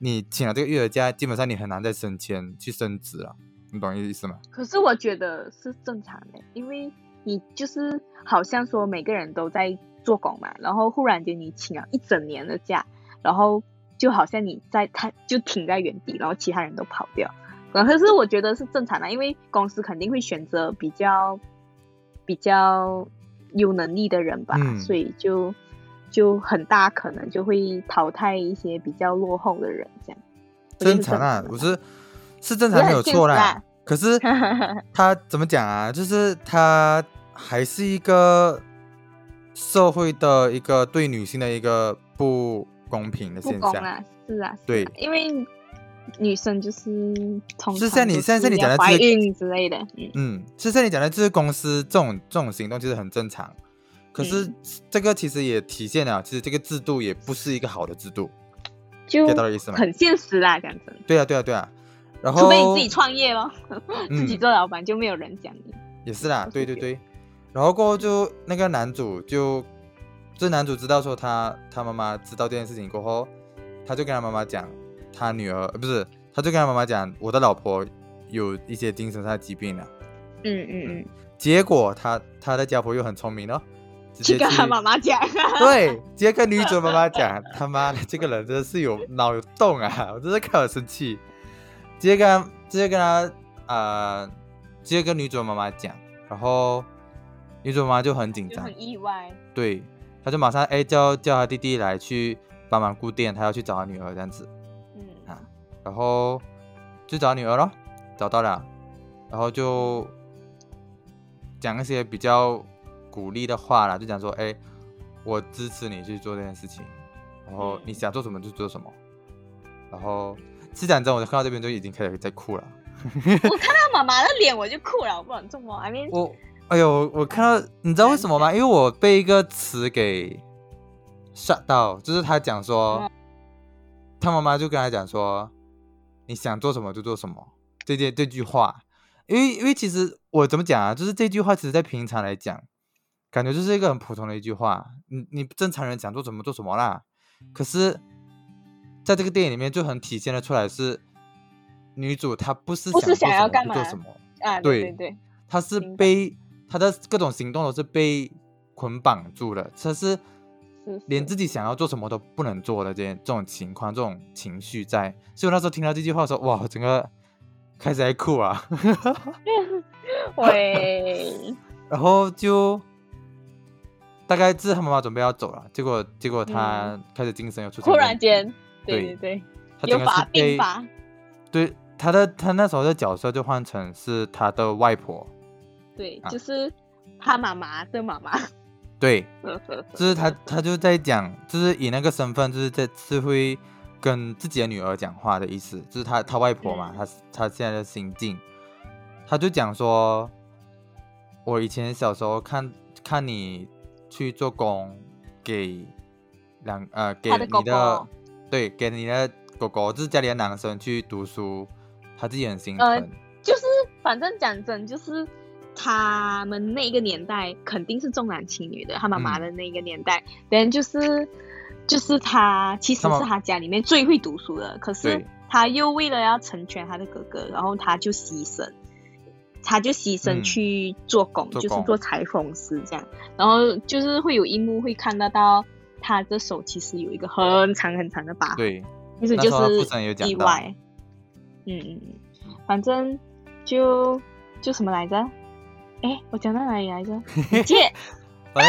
A: 你请了这个育儿假，基本上你很难再升迁去升职了，你懂意思吗？
B: 可是我觉得是正常的，因为你就是好像说每个人都在做工嘛，然后忽然间你请了一整年的假，然后就好像你在他就停在原地，然后其他人都跑掉。嗯可是我觉得是正常的，因为公司肯定会选择比较比较有能力的人吧，
A: 嗯
B: 所以就就很大可能就会淘汰一些比较落后的人，这样我觉得
A: 正
B: 是
A: 常啊
B: 的，
A: 我是是正常没有错啦。可是
B: *laughs*
A: 他怎么讲啊？就是他还是一个社会的一个对女性的一个不公平的
B: 不
A: 现
B: 公
A: 象。
B: 啦，是啊，是啊
A: 对
B: 因为女生就是通常
A: 就像你
B: 都
A: 像像你讲的
B: 要怀
A: 这个
B: 孕之类的，嗯，
A: 嗯，就像你讲的，就是公司这种这种行动其实很正常。可是
B: 嗯
A: 这个其实也体现了，其实这个制度也不是一个好的制度。
B: 就
A: get 到意思吗
B: 很现实啦，讲真，
A: 对啊，对啊，对啊。然后
B: 除非你自己创业咯，自己
A: 嗯
B: 做老板就没有人讲你，
A: 也是啦，
B: 都
A: 对
B: 是
A: 对
B: 别
A: 对。然后过后就那个男主就，这男主知道说他他妈妈知道这件事情过后，他就跟他妈妈讲，他女儿呃不是，他就跟他妈妈讲，我的老婆有一些精神上的疾病了。
B: 嗯嗯嗯，
A: 结果他他的家婆又很聪明了，直接
B: 去跟他
A: 去
B: 妈妈讲，啊
A: 对，直接跟女主妈妈讲，他妈的这个人真的是有脑有洞啊！我真是看我生气，直接跟他直接跟他呃，直接跟女主妈妈讲，然后女主妈妈就很紧
B: 就
A: 张，
B: 很意外，
A: 对，她就马上哎叫叫她弟弟来去帮忙顾店，她要去找她女儿这样子，
B: 嗯
A: 啊然后就找她女儿咯，找到了，然后就讲一些比较鼓励的话啦，就讲说，哎，我支持你去做这件事情，然后你
B: 嗯
A: 想做什么就做什么，然后是讲真，我看到这边就已经开始在哭了。
B: 我看到妈妈的脸我就哭了，我不懂这么，I mean，
A: 我，哎呦，我看到，你知道为什么吗？因为我被一个词给 shut 到，就是他讲说
B: 嗯，
A: 他妈妈就跟他讲说，你想做什么就做什么，这件这句话，因为因为其实我怎么讲啊，就是这句话其实在平常来讲，感觉就是一个很普通的一句话，你你正常人想做什么做什么啦，可是。在这个电影里面就很体现的出来是，女主她不是
B: 不是想要
A: 做
B: 干
A: 什么就做
B: 嘛
A: 什么，
B: 啊，
A: 对
B: 对对
A: 他是
B: 明白
A: 被他的各种行动都是被捆绑住了，他是
B: 对，是
A: 连
B: 是
A: 自己想要做什么都不能做的这件这种情况，这种情绪在。所以我那时候听到这句话的时候，哇，我整个开始在哭啊， *laughs*
B: 喂，
A: 然后就大概是他妈妈准备要走了，结果结果他开始精神又出现
B: 忽
A: 问题，
B: 嗯然间，
A: 对
B: 对对
A: 他整
B: 对，有
A: 个
B: 把
A: 是
B: 病
A: 被
B: 吧，
A: 对他的他那时候的角色就换成是他的外婆，
B: 对
A: 啊，
B: 就是他妈妈的妈妈，
A: 对，
B: 呵呵呵
A: 就是他，他就在讲，就是以那个身份，就是在是会跟自己的女儿讲话的意思，就是他他外婆嘛，
B: 嗯
A: 他他现在的心境，他就讲说，我以前小时候看看你去做工给两呃给
B: 他的
A: 你
B: 狗
A: 的
B: 狗
A: 对给你的狗狗，就是家里的男生去读书，他自己很心
B: 呃
A: 疼，
B: 就是反正讲真，就是他们那个年代肯定是重男轻女的，他妈妈
A: 嗯
B: 的那个年代，人、就是就是他其实
A: 他妈
B: 是他家里面最会读书的，可是
A: 对
B: 他又为了要成全他的哥哥，然后他就牺牲。他就牺
A: 嗯
B: 牲去做工，
A: 做
B: 就是
A: 工
B: 做裁缝师这样，然后就是会有一幕会看得到他的手其实有一个很长很长的疤，
A: 对，
B: 意思
A: 那时候他
B: 就
A: 父神有
B: 是
A: 讲
B: 意
A: 到
B: 外。嗯嗯，嗯，反正就就什么来着？哎，我讲到哪里
A: *laughs*
B: 来着？你借
A: 反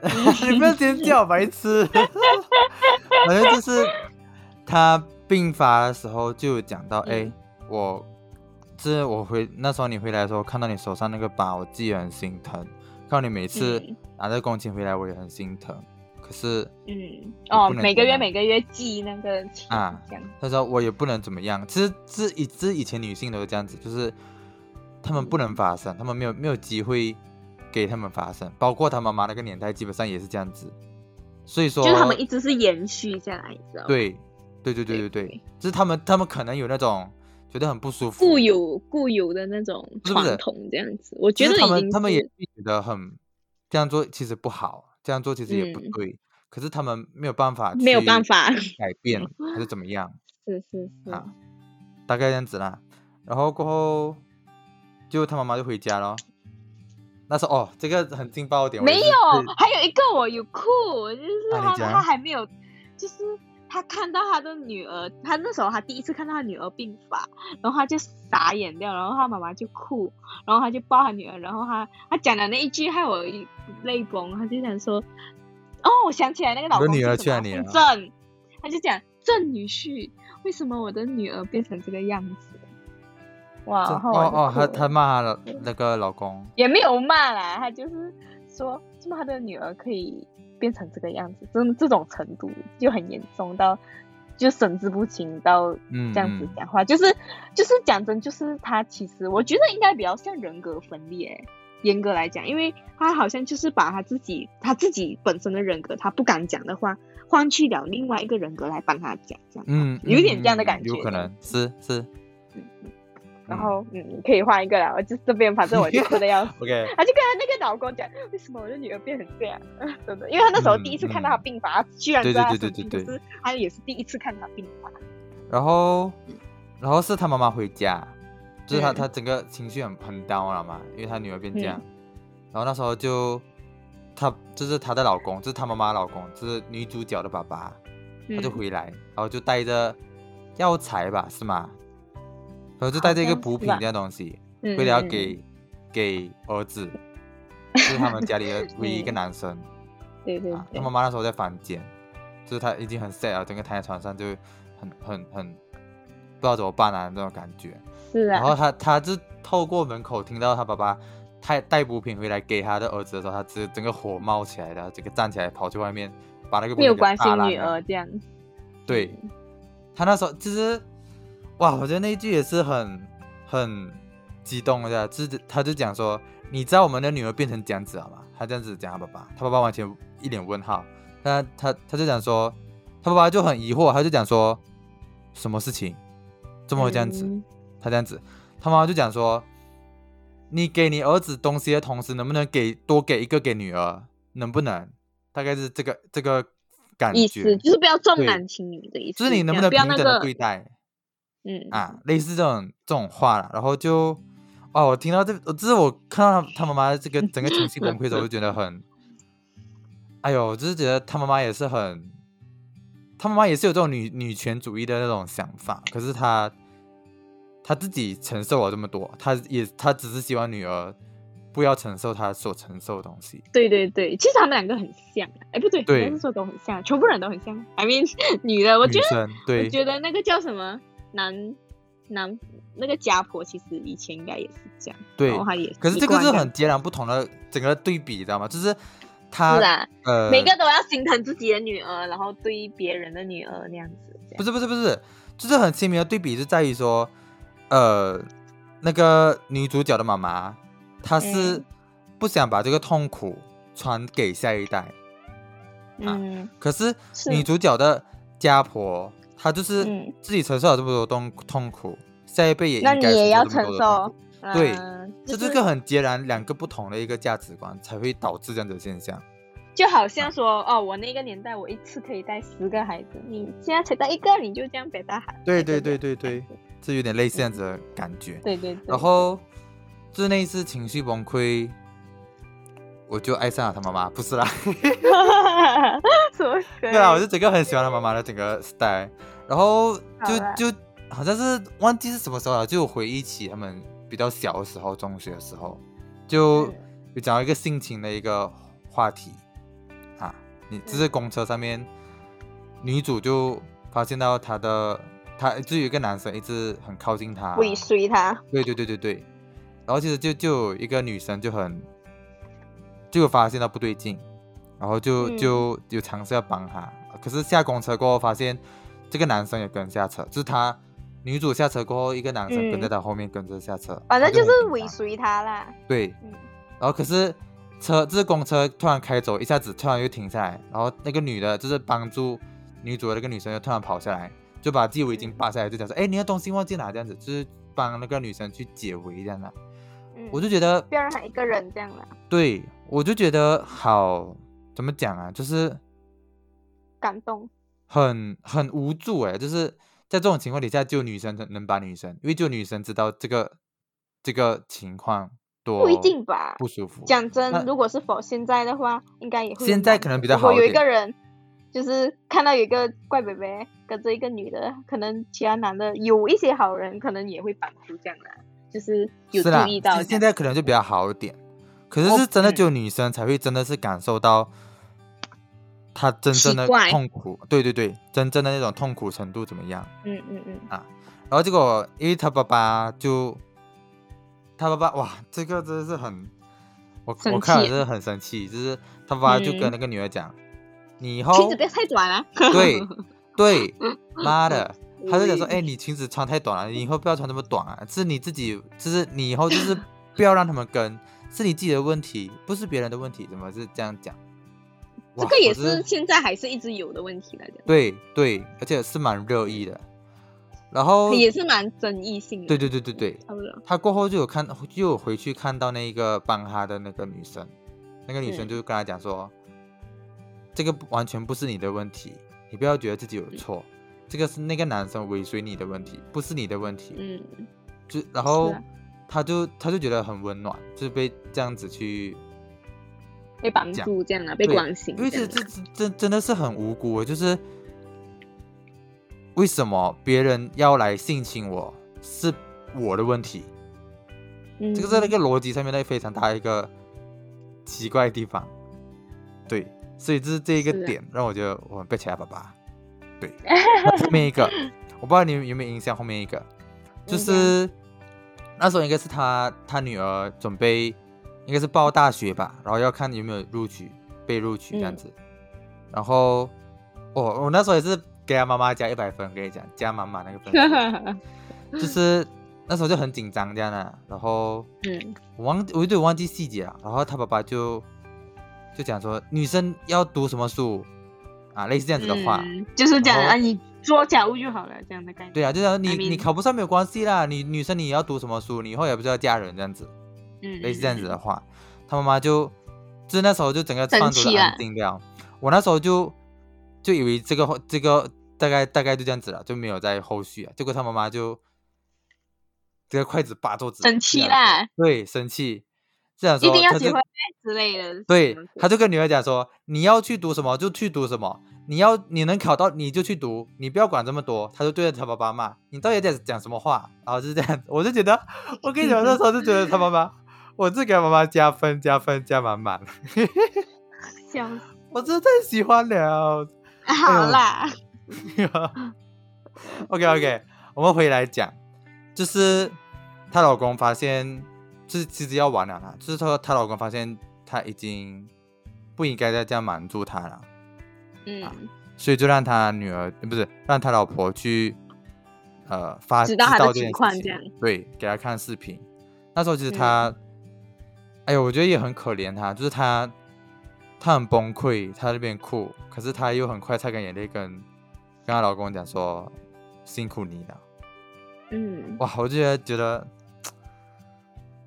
A: 正就是 *laughs* 你不要尖叫，白痴。 *laughs* 反正就是他病发的时候就有讲到，哎、
B: 嗯
A: 我这我回那时候你回来的时候，看到你手上那个疤，我自己也很心疼。看到你每次
B: 嗯
A: 拿着工钱回来，我也很心疼。可是
B: 嗯，
A: 我
B: 哦，
A: 不能
B: 每个
A: 这
B: 月
A: 样
B: 每个月寄那个钱，
A: 啊
B: 这样，
A: 他说我也不能怎么样。其实这以这以前女性都是这样子，就是她们不能发声，她们没有没有机会给她们发声，包括她妈妈那个年代基本上也是这样子。所以说，
B: 就是他们一直是延续下来，你知道吗？，
A: 对对对对对
B: 对
A: 对
B: 对，
A: 就是他们他们可能有那种觉得很不舒服，
B: 固有固有的那种
A: 是不是
B: 传统这样子，我
A: 就
B: 觉
A: 是他
B: 得已
A: 们
B: 经
A: 他们
B: 是
A: 也觉得很这样做其实不好，这样做其实也不
B: 嗯
A: 对，可是他们没有办法
B: 没有
A: 去
B: 办法 *laughs*
A: 改变还是怎么样。
B: 是是是，
A: 啊，大概这样子啦。然后过后，就他妈妈就回家咯。那时候哦，这个很劲爆的点，我
B: 没
A: 也是
B: 有
A: 是，
B: 还有一个我有酷，就是
A: 啊你
B: 他
A: 讲
B: 他还没有，就是他看到他的女儿，他那时候他第一次看到他女儿病发，然后他就傻眼掉，然后他妈妈就哭，然后他就抱他女儿，然后他他讲的那一句害我一泪崩，他就想说，哦，我想起来那个老
A: 你的
B: 公
A: 女
B: 是
A: 儿
B: 什
A: 劝
B: 么
A: 你
B: 姓
A: 啊
B: 郑，他就讲郑女婿，为什么我的女儿变成这个样子？哇，然后我
A: 哦
B: 就
A: 哦，
B: 哭
A: 她
B: 了
A: 她骂了那个老公，
B: 也没有骂啦，他就是说，怎么他的女儿可以变成这个样子，真的这种程度就很严重到就神志不清到
A: 嗯，
B: 这样子哦
A: 嗯
B: 讲话，就是就是讲真，就是他其实我觉得应该比较像人格分裂，严格来讲，因为他好像就是把他自己他自己本身的人格，他不敢讲的话，换去了另外一个人格来帮他讲，这样，
A: 嗯，
B: 有一点
A: 嗯
B: 这样的
A: 嗯
B: 感觉
A: 有可能是是。
B: 然后嗯，可以换一个啦，我就这边反正我就哭的要死。
A: OK，
B: 啊他就跟他那个老公讲，为什么我的女儿变成这样？ *laughs* 真的，因为他那时候第一次看到他病发，他居然
A: 嗯对
B: 知道他
A: 对对
B: 生
A: 对对
B: 病，可是他也是第一次看他病发。
A: 然后然后是她妈妈回家，就是她
B: 嗯
A: 她整个情绪很很 down 了嘛，因为她女儿变这样
B: 嗯。
A: 然后那时候就她就是她的老公，就是她妈妈的老公，就是女主角的爸爸，他就
B: 嗯
A: 回来，然后就带着药材吧，是吗？然后就带着一个
B: 好像
A: 补
B: 是
A: 品
B: 吧
A: 这样东西，
B: 嗯
A: 为了要
B: 嗯
A: 给给儿
B: *laughs*
A: 子，就是他们家里的唯一一个
B: 嗯
A: 男生
B: 对对
A: 啊。他
B: 对
A: 妈妈那时候在房间，就是他已经很 sad 了，整个躺在床上就很很很不知道怎么办啊那种感觉。
B: 是
A: 然后
B: 啊，
A: 他他就透过门口听到他爸爸带带补品回来给他的儿子的时候，他整整个火冒起来了，整个站起来跑去外面把那个补
B: 没有
A: 品给
B: 关心
A: 扒烂
B: 女
A: 了
B: 儿这样。
A: 对他那时候其实，哇，我觉得那一句也是很很激动的，就是他就讲说，你知道我们的女儿变成这样子了吗？他这样子讲他爸爸，他爸爸完全一脸问号，他他他就讲说，他爸爸就很疑惑，他就讲说，什么事情，怎么会这样子？
B: 嗯
A: 他这样子，他妈妈就讲说，你给你儿子东西的同时，能不能给多给一个给女儿？能不能？大概是这个这个感觉，
B: 意思就是不要重
A: 对
B: 男轻女的意思，
A: 就是你能不能平
B: 这样
A: 等
B: 不要
A: 的
B: 那
A: 对
B: 个
A: 待
B: 嗯
A: 啊？类似这种这种话啦，然后就哦，我听到这，这是我看到他他妈妈这个整个情绪崩溃的时候，我就觉得很，哎呦，我就是觉得他妈妈也是很，他妈妈也是有这种女女权主义的那种想法，可是她她自己承受了这么多，她也她只是希望女儿不要承受她所承受的东西，
B: 对对对，其实他们两个很像，哎不对，
A: 对
B: 应该是说都很像，啊全部人都很像。I mean *laughs* 女的，我
A: 女
B: 觉得
A: 生对
B: 我觉得那个叫什么男男那个家婆，其实以前应该也是这样，
A: 对
B: 然后，他也
A: 可是
B: 习
A: 这个
B: 惯
A: 是
B: 样
A: 很截然不同的整个对比，你知道吗？就是她
B: 是啊，
A: 呃，
B: 每个都要心疼自己的女儿，然后对别人的女儿那样子。这样
A: 不是不是不是，就是很鲜明的对比就在于说，呃，那个女主角的妈妈，她是
B: 嗯
A: 不想把这个痛苦传给下一代，啊
B: 嗯，
A: 可是
B: 是
A: 女主角的家婆，她就是
B: 嗯
A: 自己承受了这么多痛痛苦，下一辈也应
B: 那你
A: 该
B: 也要
A: 这么
B: 承
A: 多的痛
B: 受
A: 苦。。对
B: 嗯，
A: 这
B: 就
A: 这
B: 是
A: 个很截然两个不同的一个价值观，才会导致这样的现象。
B: 就好像说，哦，我那个年代我一次可以带十个孩子，你现在才带一个，你就这样别带孩。
A: 对对
B: 带个
A: 对
B: 两
A: 对
B: 个
A: 对
B: 孩子，
A: 这有点类似这样子的感觉。
B: 对对对。
A: 然后就那一次情绪崩溃，我我就爱上了他妈妈，不是啦，
B: *laughs* 什么鬼？
A: *laughs* 对啊，我就整个很喜欢他妈妈的整个 style，然后
B: 好啦
A: 就就好像是忘记是什么时候了，就有回忆起他们比较小的时候，中学的时候，就
B: 嗯
A: 有讲到一个性情的一个话题啊，你这是公车上面，女主就发现到她的，她就有一个男生一直很靠近她，
B: 尾随他，
A: 对对对对对，然后其实就就有一个女生就很，就有发现到不对劲，然后就、
B: 嗯
A: 就有尝试要帮她，可是下公车过后发现这个男生也跟下车，就是他女主下车过后，一个男生跟在
B: 嗯
A: 她后面跟着下车，
B: 反正
A: 她
B: 就
A: 很
B: 是
A: 紧
B: 尾
A: 张
B: 随他啦。
A: 对，
B: 嗯，
A: 然后可是车这公车突然开走，一下子突然又停下来，然后那个女的就是帮助女主的那个女生就突然跑下来，就把自己围巾扒下来，就讲说：“哎，你的东西忘记拿。”这样子就是帮那个女生去解围这样的。
B: 嗯
A: 我就觉得，
B: 不要让他一个人这样啦，
A: 对我就觉得好怎么讲啊，就是
B: 感动。
A: 很很无助哎、就是在这种情况底下救女生能能把女生，因为就女生知道这个这个情况多
B: 不一定吧
A: 不舒服。
B: 讲
A: 那
B: 真，如果是否现在的话，应该也会。
A: 现在可能比较
B: 如果
A: 好一
B: 有一
A: 点
B: 个人，就是看到有一个怪北北跟着一个女的，可能其他男的有一些好人，可能也会帮助这样啦，就是有
A: 是
B: 注
A: 啦，
B: 意到这样。
A: 现现在可能就比较好一点，可是
B: 哦
A: 是真的
B: 嗯
A: 只有女生才会真的是感受到她真正的
B: 奇怪
A: 痛苦，对对对，真正的那种痛苦程度怎么样？
B: 嗯嗯嗯，
A: 然后结果因为他爸爸就他爸爸哇，这个真的是很我
B: 生
A: 我看了
B: 气
A: 真的很生气，就是他爸爸就跟
B: 嗯
A: 那个女儿讲，你以
B: 裙
A: 后
B: 子不要太短啊了。 *laughs*
A: 对对，妈的。他就讲说，
B: 喂
A: 哎、你裙子穿太短了，你以后不要穿那么短啊，是你自己，就是你以后就是不要让他们跟，是你自己的问题，不是别人的问题，怎么是这样讲？
B: 这
A: 哇
B: 个也
A: 我真
B: 是现在还是一直有的问题来讲，
A: 对对，而且是蛮热议的。然后，
B: 也是蛮争议性的。
A: 哦对对对对对，
B: 差不多。
A: 他过后就有看，就有回去看到那个帮他的那个女生，那个女生
B: 嗯
A: 就跟他讲说，这个不完全不是你的问题，你不要觉得自己有错，
B: 嗯
A: 这个是那个男生尾随你的问题，不是你的问题。
B: 嗯，
A: 就然后
B: 啊
A: 他就他就觉得很温暖，就是被这样子去，
B: 被帮
A: 讲
B: 助这样啊，被
A: 对
B: 关心
A: 因为
B: 这
A: 这
B: 样啊。
A: 这这真真的是很无辜的，就是为什么别人要来性侵我是我的问题，这个在那
B: 嗯
A: 个逻辑上面的非常大一个奇怪的地方，对，所以这是这一个
B: 是啊
A: 点让我觉得我很被其他爸爸，
B: *laughs*
A: 对，那后面一个我不知道你们有没有印象，后面一
B: *laughs*
A: 个就
B: 印
A: 是那时候应该是他他女儿准备应该是报大学吧，然后要看有没有录取被录取这样
B: 嗯
A: 子，然后我、哦、我那时候也是给他妈妈加一百分，跟你讲加满满那个分数，
B: *laughs*
A: 就是那时候就很紧张这样啊，然后。
B: 嗯
A: 我忘我有点忘记细节了。然后他爸爸就就讲说，女生要读什么书啊，类似这样子的话。
B: 嗯就是讲
A: 然后
B: 啊，你做家务就好了，这样的概念。
A: 对啊，就讲你
B: I
A: 你
B: mean-
A: 考不上没有关系啦，你女生你要读什么书，你以后也不是要嫁人这样子，
B: 嗯，
A: 类似这样子
B: 嗯
A: 的话，他妈妈就就那时候就整个
B: 生
A: 创作
B: 气
A: 的安
B: 啦
A: 静掉。我那时候就就以为这个这个大概大概就这样子了，就没有在后续啊。结果他妈妈就这个筷子扒桌子，
B: 生
A: 就
B: 气
A: 想说
B: 啦，
A: 对，生气，这样
B: 一
A: 说
B: 定
A: 他
B: 要结
A: 就
B: 婚之类的。
A: 对，他
B: 就
A: 就跟女儿讲说，你要去读什么就去读什么，你要你能考到你就去读，你不要管这么多。他就对着他爸爸骂，你到底在讲什么话？然后就是这样子，我就觉得，我跟你讲，那时候就觉得他妈妈，我是给他妈妈加分加分加满满，
B: 笑
A: *laughs*
B: 死。
A: 我真的太喜欢了。
B: 好啦，
A: OK OK，我 *laughs* 们回来讲，就是她老公发现，就是其实要完了啦，就是说她老公发现她已经不应该再这样瞒住她了。
B: 嗯，
A: 所以就让他女儿呃不是让他老婆去呃发
B: 知道他的
A: 这件
B: 情
A: 事
B: 况
A: 情
B: 这样嗯
A: 对，给他看视频。那时候其实他，哎呦，我觉得也很可怜他，就是他他很崩溃，他在那边哭，可是他又很快擦干眼泪跟跟她老公讲说辛苦你了。
B: 嗯，
A: 哇，我就觉得觉得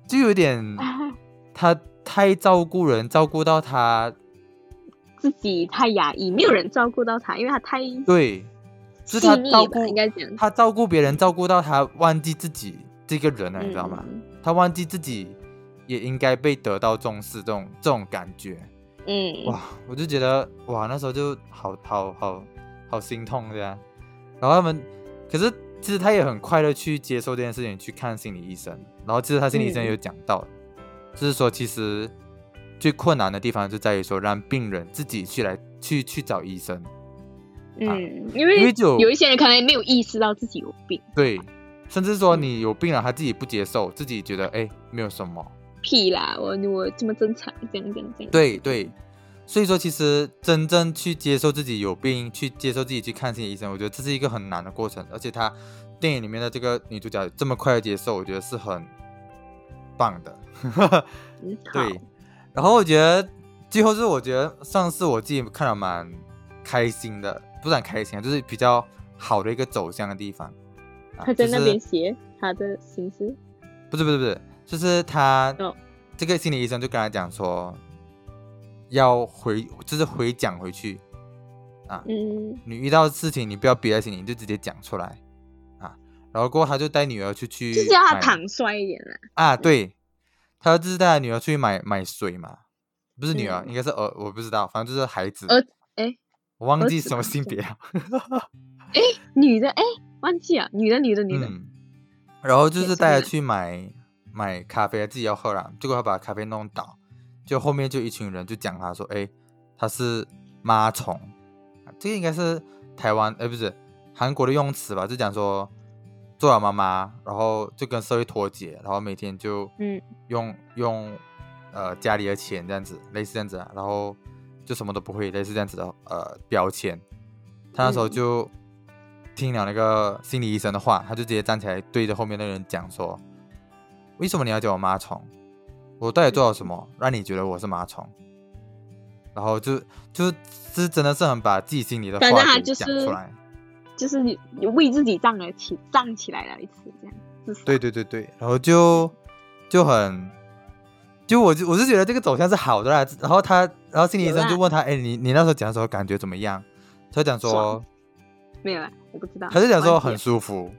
A: 就有
B: *laughs*
A: 点他太照顾人，照顾到他
B: 自己太压抑，没有人照顾到他，因为他太
A: 对，就是
B: 细
A: 他
B: 腻
A: 照顾
B: 吧，应该讲。
A: 他啊照顾别人，照顾到他忘记自己这个人了，你知道吗？
B: 嗯？
A: 他忘记自己也应该被得到重视，这种这种感觉，
B: 嗯，
A: 哇，我就觉得哇，那时候就好好好好心痛这样。然后他们，可是其实他也很快的去接受这件事情，去看心理医生。然后其实他心理医生
B: 嗯
A: 有讲到，就是说其实最困难的地方就在于说让病人自己去来去去找医生。啊
B: 嗯，因
A: 因为
B: 为
A: 就
B: 有一些人可能也没有意识到自己有病，
A: 对，甚至说
B: 嗯
A: 你有病了，他自己不接受，自己觉得哎没有什么。
B: 屁啦，我我这么正常，这样这样这样。
A: 对对，所以说其实真正去接受自己有病，去接受自己去看心理医生，我觉得这是一个很难的过程。而且他电影里面的这个女主角这么快的接受，我觉得是很棒的。 *laughs*
B: 嗯，好
A: 对，啊然后我觉得最后是我觉得上次我自己看了蛮开心的，不是很开心啊，就是比较好的一个走向的地方。啊
B: 他在
A: 就
B: 那
A: 是
B: 边写他的心思，
A: 不是不是不是，就是他、
B: 哦
A: 这个心理医生就跟他讲说，要回就是回讲回去，
B: 嗯
A: 你遇到事情你不要憋在心里，你就直接讲出来啊。然后过后他就带女儿出去，
B: 就是要他坦率一点啦。
A: 啊，对，他就是带他女儿出去买买水嘛，不是女儿，
B: 嗯
A: 应该是儿，我不知道，反正就是孩子，
B: 儿诶
A: 我忘
B: 儿
A: 记
B: 子
A: 什么
B: 吧
A: 性
B: 对
A: 别了，
B: 女的，哎，忘记了，女的，女的，女的，
A: 嗯，然后就
B: 也
A: 是
B: 是
A: 带他
B: 啦
A: 去买买咖啡，自己要喝了，结果他把咖啡弄倒，就后面就一群人就讲他说，哎，他是妈虫，啊这个应该是台湾，哎，不是韩国的用词吧，就讲说做了妈妈，然后就跟社会脱节，然后每天就
B: 嗯
A: 用用呃家里的钱这样子，类似这样子、啊，然后就什么都不会，类似这样子的呃标签。他那时候
B: 嗯
A: 就听了那个心理医生的话，他就直接站起来对着后面的人讲说：“为什么你要叫我妈虫？我到底做了什么让你觉得我是妈虫？”然后就就是真的是很把自己心里的
B: 反正
A: 话
B: 他
A: 给
B: 就
A: 讲
B: 是
A: 出来。
B: 就是你你为自己站了起，站起来了一次，这样，至少
A: 对对对对，然后就就很，就我就我是觉得这个走向是好的啦。然后他，然后心理医
B: 有
A: 生
B: 啦
A: 就问他，哎，你你那时候讲的时候感觉怎么样？他就讲说
B: 爽，没有了，我不知道。
A: 他就讲说
B: 忘记
A: 很
B: 了
A: 舒服，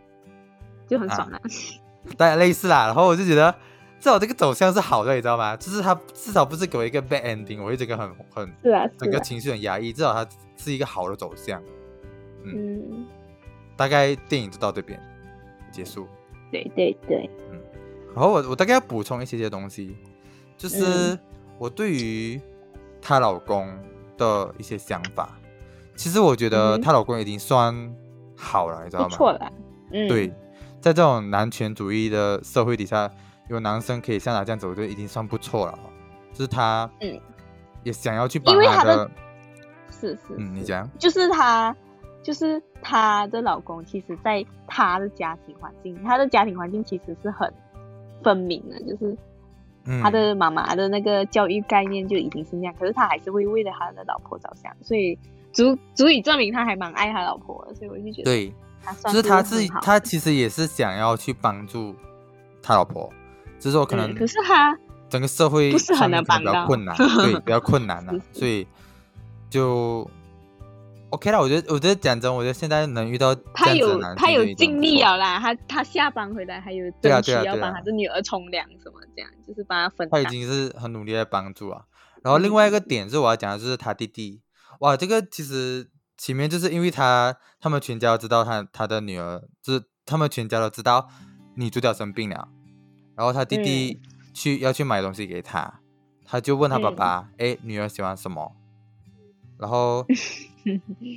B: 就很
A: 啊
B: 爽了，
A: 但类似啦。然后我就觉得至少这个走向是好的，你知道吗？就是他至少不是给我一个 bad ending，我会觉得很很
B: 是啊，
A: 整
B: 是
A: 个
B: 啊，
A: 情绪很压抑，至少它是一个好的走向。
B: 嗯，
A: 大概电影就到这边结束。
B: 对对对，
A: 然后我我大概要补充一些些东西，就是
B: 嗯
A: 我对于她老公的一些想法。其实我觉得
B: 嗯哼
A: 她老公已经算好了，你知道
B: 不
A: 吗？
B: 错了，嗯，
A: 对，在这种男权主义的社会底下，有男生可以像他这样子，我觉得已经算不错了。就是他，
B: 嗯，
A: 也想要去把
B: 因为
A: 他
B: 她
A: 的
B: 的，是是，
A: 嗯，你
B: 是
A: 讲，
B: 就是她，就是她的老公，其实在她的家庭环境，她的家庭环境其实是很分明的，就是
A: 嗯，
B: 她的妈妈的那个教育概念就已经是那样，可是他还是会为了他的老婆着想，所以足足以证明他还蛮爱他老婆的，所以我就觉得
A: 对，
B: 他算
A: 就是他
B: 自
A: 是
B: 己好。
A: 他其实也是想要去帮助他老婆，只是我可能
B: 嗯，可是他
A: 整个社会
B: 不是很
A: 上面
B: 能
A: 可能比
B: 帮
A: 较
B: 到 *laughs*
A: 困难，对，比较困难了、
B: 是是
A: 所以就 OK 了。我觉得，我觉得讲真，我觉得现在能遇到
B: 他
A: 这样子的
B: 有
A: 男
B: 他
A: 生
B: 有
A: 就已经
B: 尽
A: 不
B: 力啊
A: 错
B: 了，啦，他他下班回来还有
A: 对啊对
B: 争取
A: 啊
B: 要
A: 对啊
B: 帮他的女儿冲凉什么，这样就是帮他分嗯
A: 他
B: 担
A: 已。经是很努力在帮助啊。然后另外一个点是我要讲的就是他弟弟，哇，这个其实前面就是因为他他们全家都知道他他的女儿，就是他们全家都知道女主角生病了，然后他弟弟去、要去买东西给他，他就问他爸
B: 嗯，
A: 爸，哎、女儿喜欢什么？然后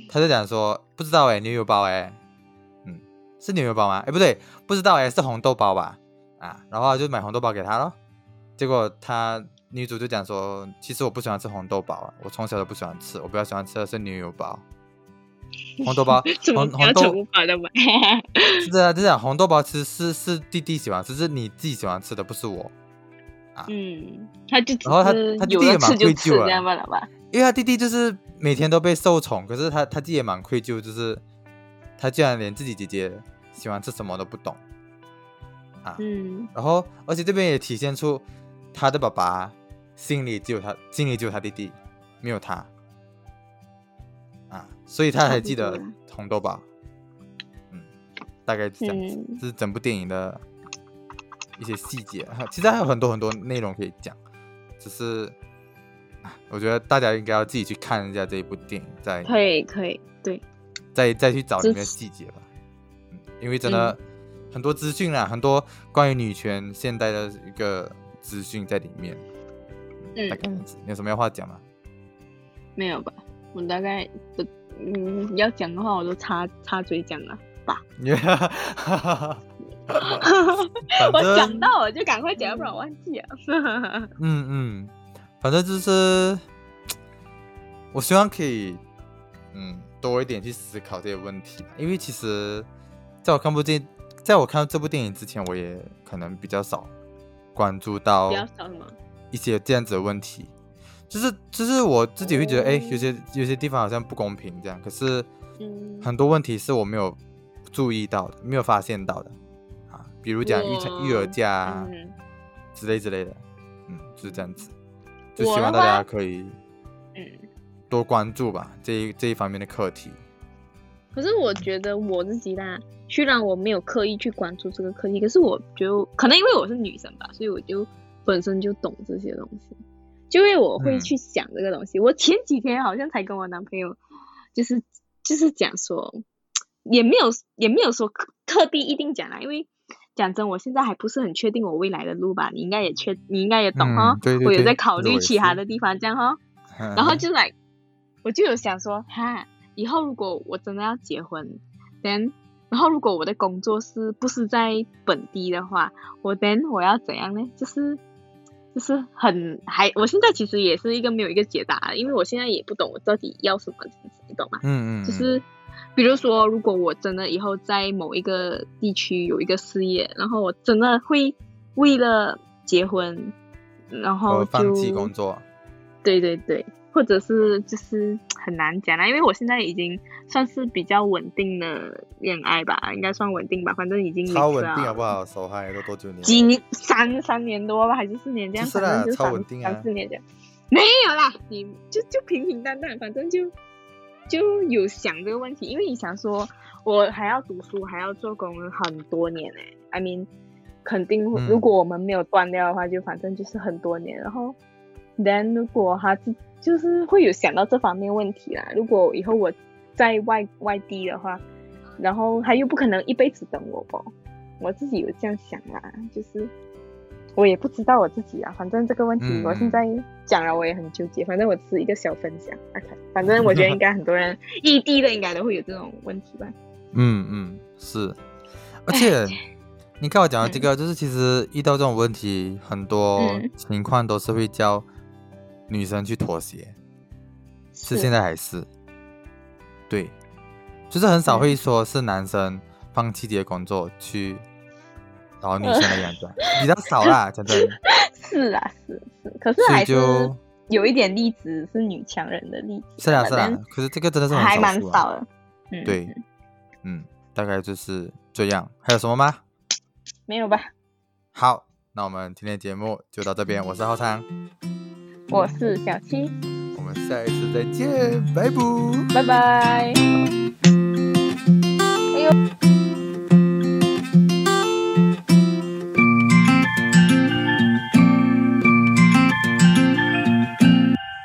A: 他就讲说不知道哎、牛油包哎、嗯，是牛油包吗？哎、不对，不知道哎、是红豆包吧？啊，然后就买红豆包给他咯。结果他女主就讲说，其实我不喜欢吃红豆包啊，我从小都不喜欢吃，我比较喜欢吃的是牛油包。红豆包
B: *laughs* 怎么
A: 红
B: 不
A: 红
B: 要
A: 豆
B: 宠物版的买？
A: 是啊，就是讲红豆包其实是是弟弟喜欢吃，是你自己喜欢吃的，不是我。
B: *laughs* 嗯，他就只
A: 然后他
B: 是
A: 他弟
B: 有
A: 弟也
B: 了
A: 蛮
B: 吃就
A: 愧
B: 吃
A: 疚的
B: 这样罢了吧？
A: 因为他弟弟就是每天都被受宠，可是他他自己也蛮愧疚，就是他居然连自己姐姐喜欢吃什么都不懂。
B: 嗯，
A: 然后，而且这边也体现出他的爸爸心里只有他，心里只有他弟弟，没有他啊，所以他才记
B: 差
A: 得
B: 不多啊啦
A: 红豆包。嗯，大概是这样子，
B: 嗯
A: 这是整部电影的一些细节，其实还有很多很多内容可以讲，只是啊我觉得大家应该要自己去看一下这一部电影，再
B: 可以可以，对，
A: 再再去找里面的
B: 支持
A: 细节吧，嗯，因为真的很多资讯啦，很多关于女权现代的一个资讯在里面，
B: 嗯
A: 大概这
B: 嗯
A: 样子你有什么要话讲
B: *laughs*
A: 吗？
B: 没有吧？我大概的，嗯，要讲的话我都插插嘴讲了。
A: 反
B: 我
A: 正
B: 讲到我就赶快讲，要不然我忘记了。
A: 嗯嗯，反正就是，我希望可以，嗯，多一点去思考这些问题吧。因为其实，在我看部电，在我看这部电影之前，我也可能比较少关注到
B: 比较少什么？
A: 一些这样子的问题，就是就是我自己会
B: 哦
A: 觉得，哎、有些有些地方好像不公平这样。可是
B: 嗯，
A: 很多问题是我没有注意到的，没有发现到的啊，比如讲育
B: 我
A: 成育儿假啊。
B: 嗯
A: 之类之类的，嗯，就是这样子，就
B: 我
A: 希
B: 的
A: 望大家
B: 话
A: 可以
B: 嗯。
A: 多关注吧，这一这一方面的课题。
B: 可是我觉得我自己啦，虽然我没有刻意去关注这个课题，可是我就可能因为我是女生吧，所以我就本身就懂这些东西，就因为我会
A: 嗯
B: 去想这个东西。我前几天好像才跟我男朋友，就是 *laughs* 就是讲说，也没有也没有说特特地一定讲啦，因为讲真，我现在还不是很确定我未来的路吧，你应该也确你应该也懂哈、
A: 嗯对对
B: 我有
A: 对
B: 在考
A: 这个我
B: 虑
A: 也
B: 其他
A: 是嗯
B: 的地方，这样哦哈、然
A: 然
B: 后就来，我就有想说，哈，以后如果我真的要结婚，then，然后如果我的工作是不是在本地的话，我 then 我要怎样呢？就是就是很还，我现在其实也是一个没有一个解答，因为我现在也不懂我到底要什么，你懂吗？
A: 嗯嗯，嗯
B: 就是比如说，如果我真的以后在某一个地区有一个事业，然后我真的会为了结婚，然后
A: 我
B: 就
A: 放弃工作，
B: 对对对，或者是就是很难讲啦，因为我现在已经算是比较稳定的恋爱吧，应该算稳定吧，反正已经啊
A: 超
B: mix
A: 稳定啊
B: 了
A: 好不？好？手嗨都多久年？
B: 几年三三年多吧，还是四年这样，
A: 就是
B: 反
A: 啦
B: 正就
A: 超
B: 三
A: 稳定啊
B: 三四年这样。没有啦，你就就平平淡淡，反正就就有想这个问题，因为你想说，我还要读书，还要做工很多年呢、I mean，肯定会
A: 嗯
B: 如果我们没有断掉的话，就反正就是很多年。然后，then 如果他自就是会有想到这方面问题啦。如果以后我在外外地的话，然后他又不可能一辈子等我吧，我自己有这样想啦，就是。我也不知道我自己啊，反正这个问题
A: 嗯
B: 我现在讲了，我也很纠结。反正我只是一个小分享，OK。反正我觉得应该很多人异地的应该都会有这种问题吧。
A: 嗯嗯是，而
B: *laughs*
A: 且你看我讲的这个，就是其实遇到这种问题，很多
B: 嗯
A: 情况都是会叫女生去妥协，是现在还是？对，就是很少
B: 嗯
A: 会说是男生放弃自己的工作去找女生的样子啊，
B: 呃
A: 比较少
B: *laughs*
A: 啦，讲真。
B: 是啊，是是，可是
A: 所以
B: 还是
A: 就
B: 有一点例子是女强人的例子，
A: 是啦是啦
B: But，
A: 可是这个真的
B: then
A: 是很
B: 还蛮
A: 数啊
B: 少的。嗯，
A: 对，嗯，大概就是这样。还有什么吗？
B: 没有吧？
A: 好，那我们今天的节目就到这边。我是浩昌，
B: 我是小七，
A: 我们下一次再见，拜拜。
B: 拜拜。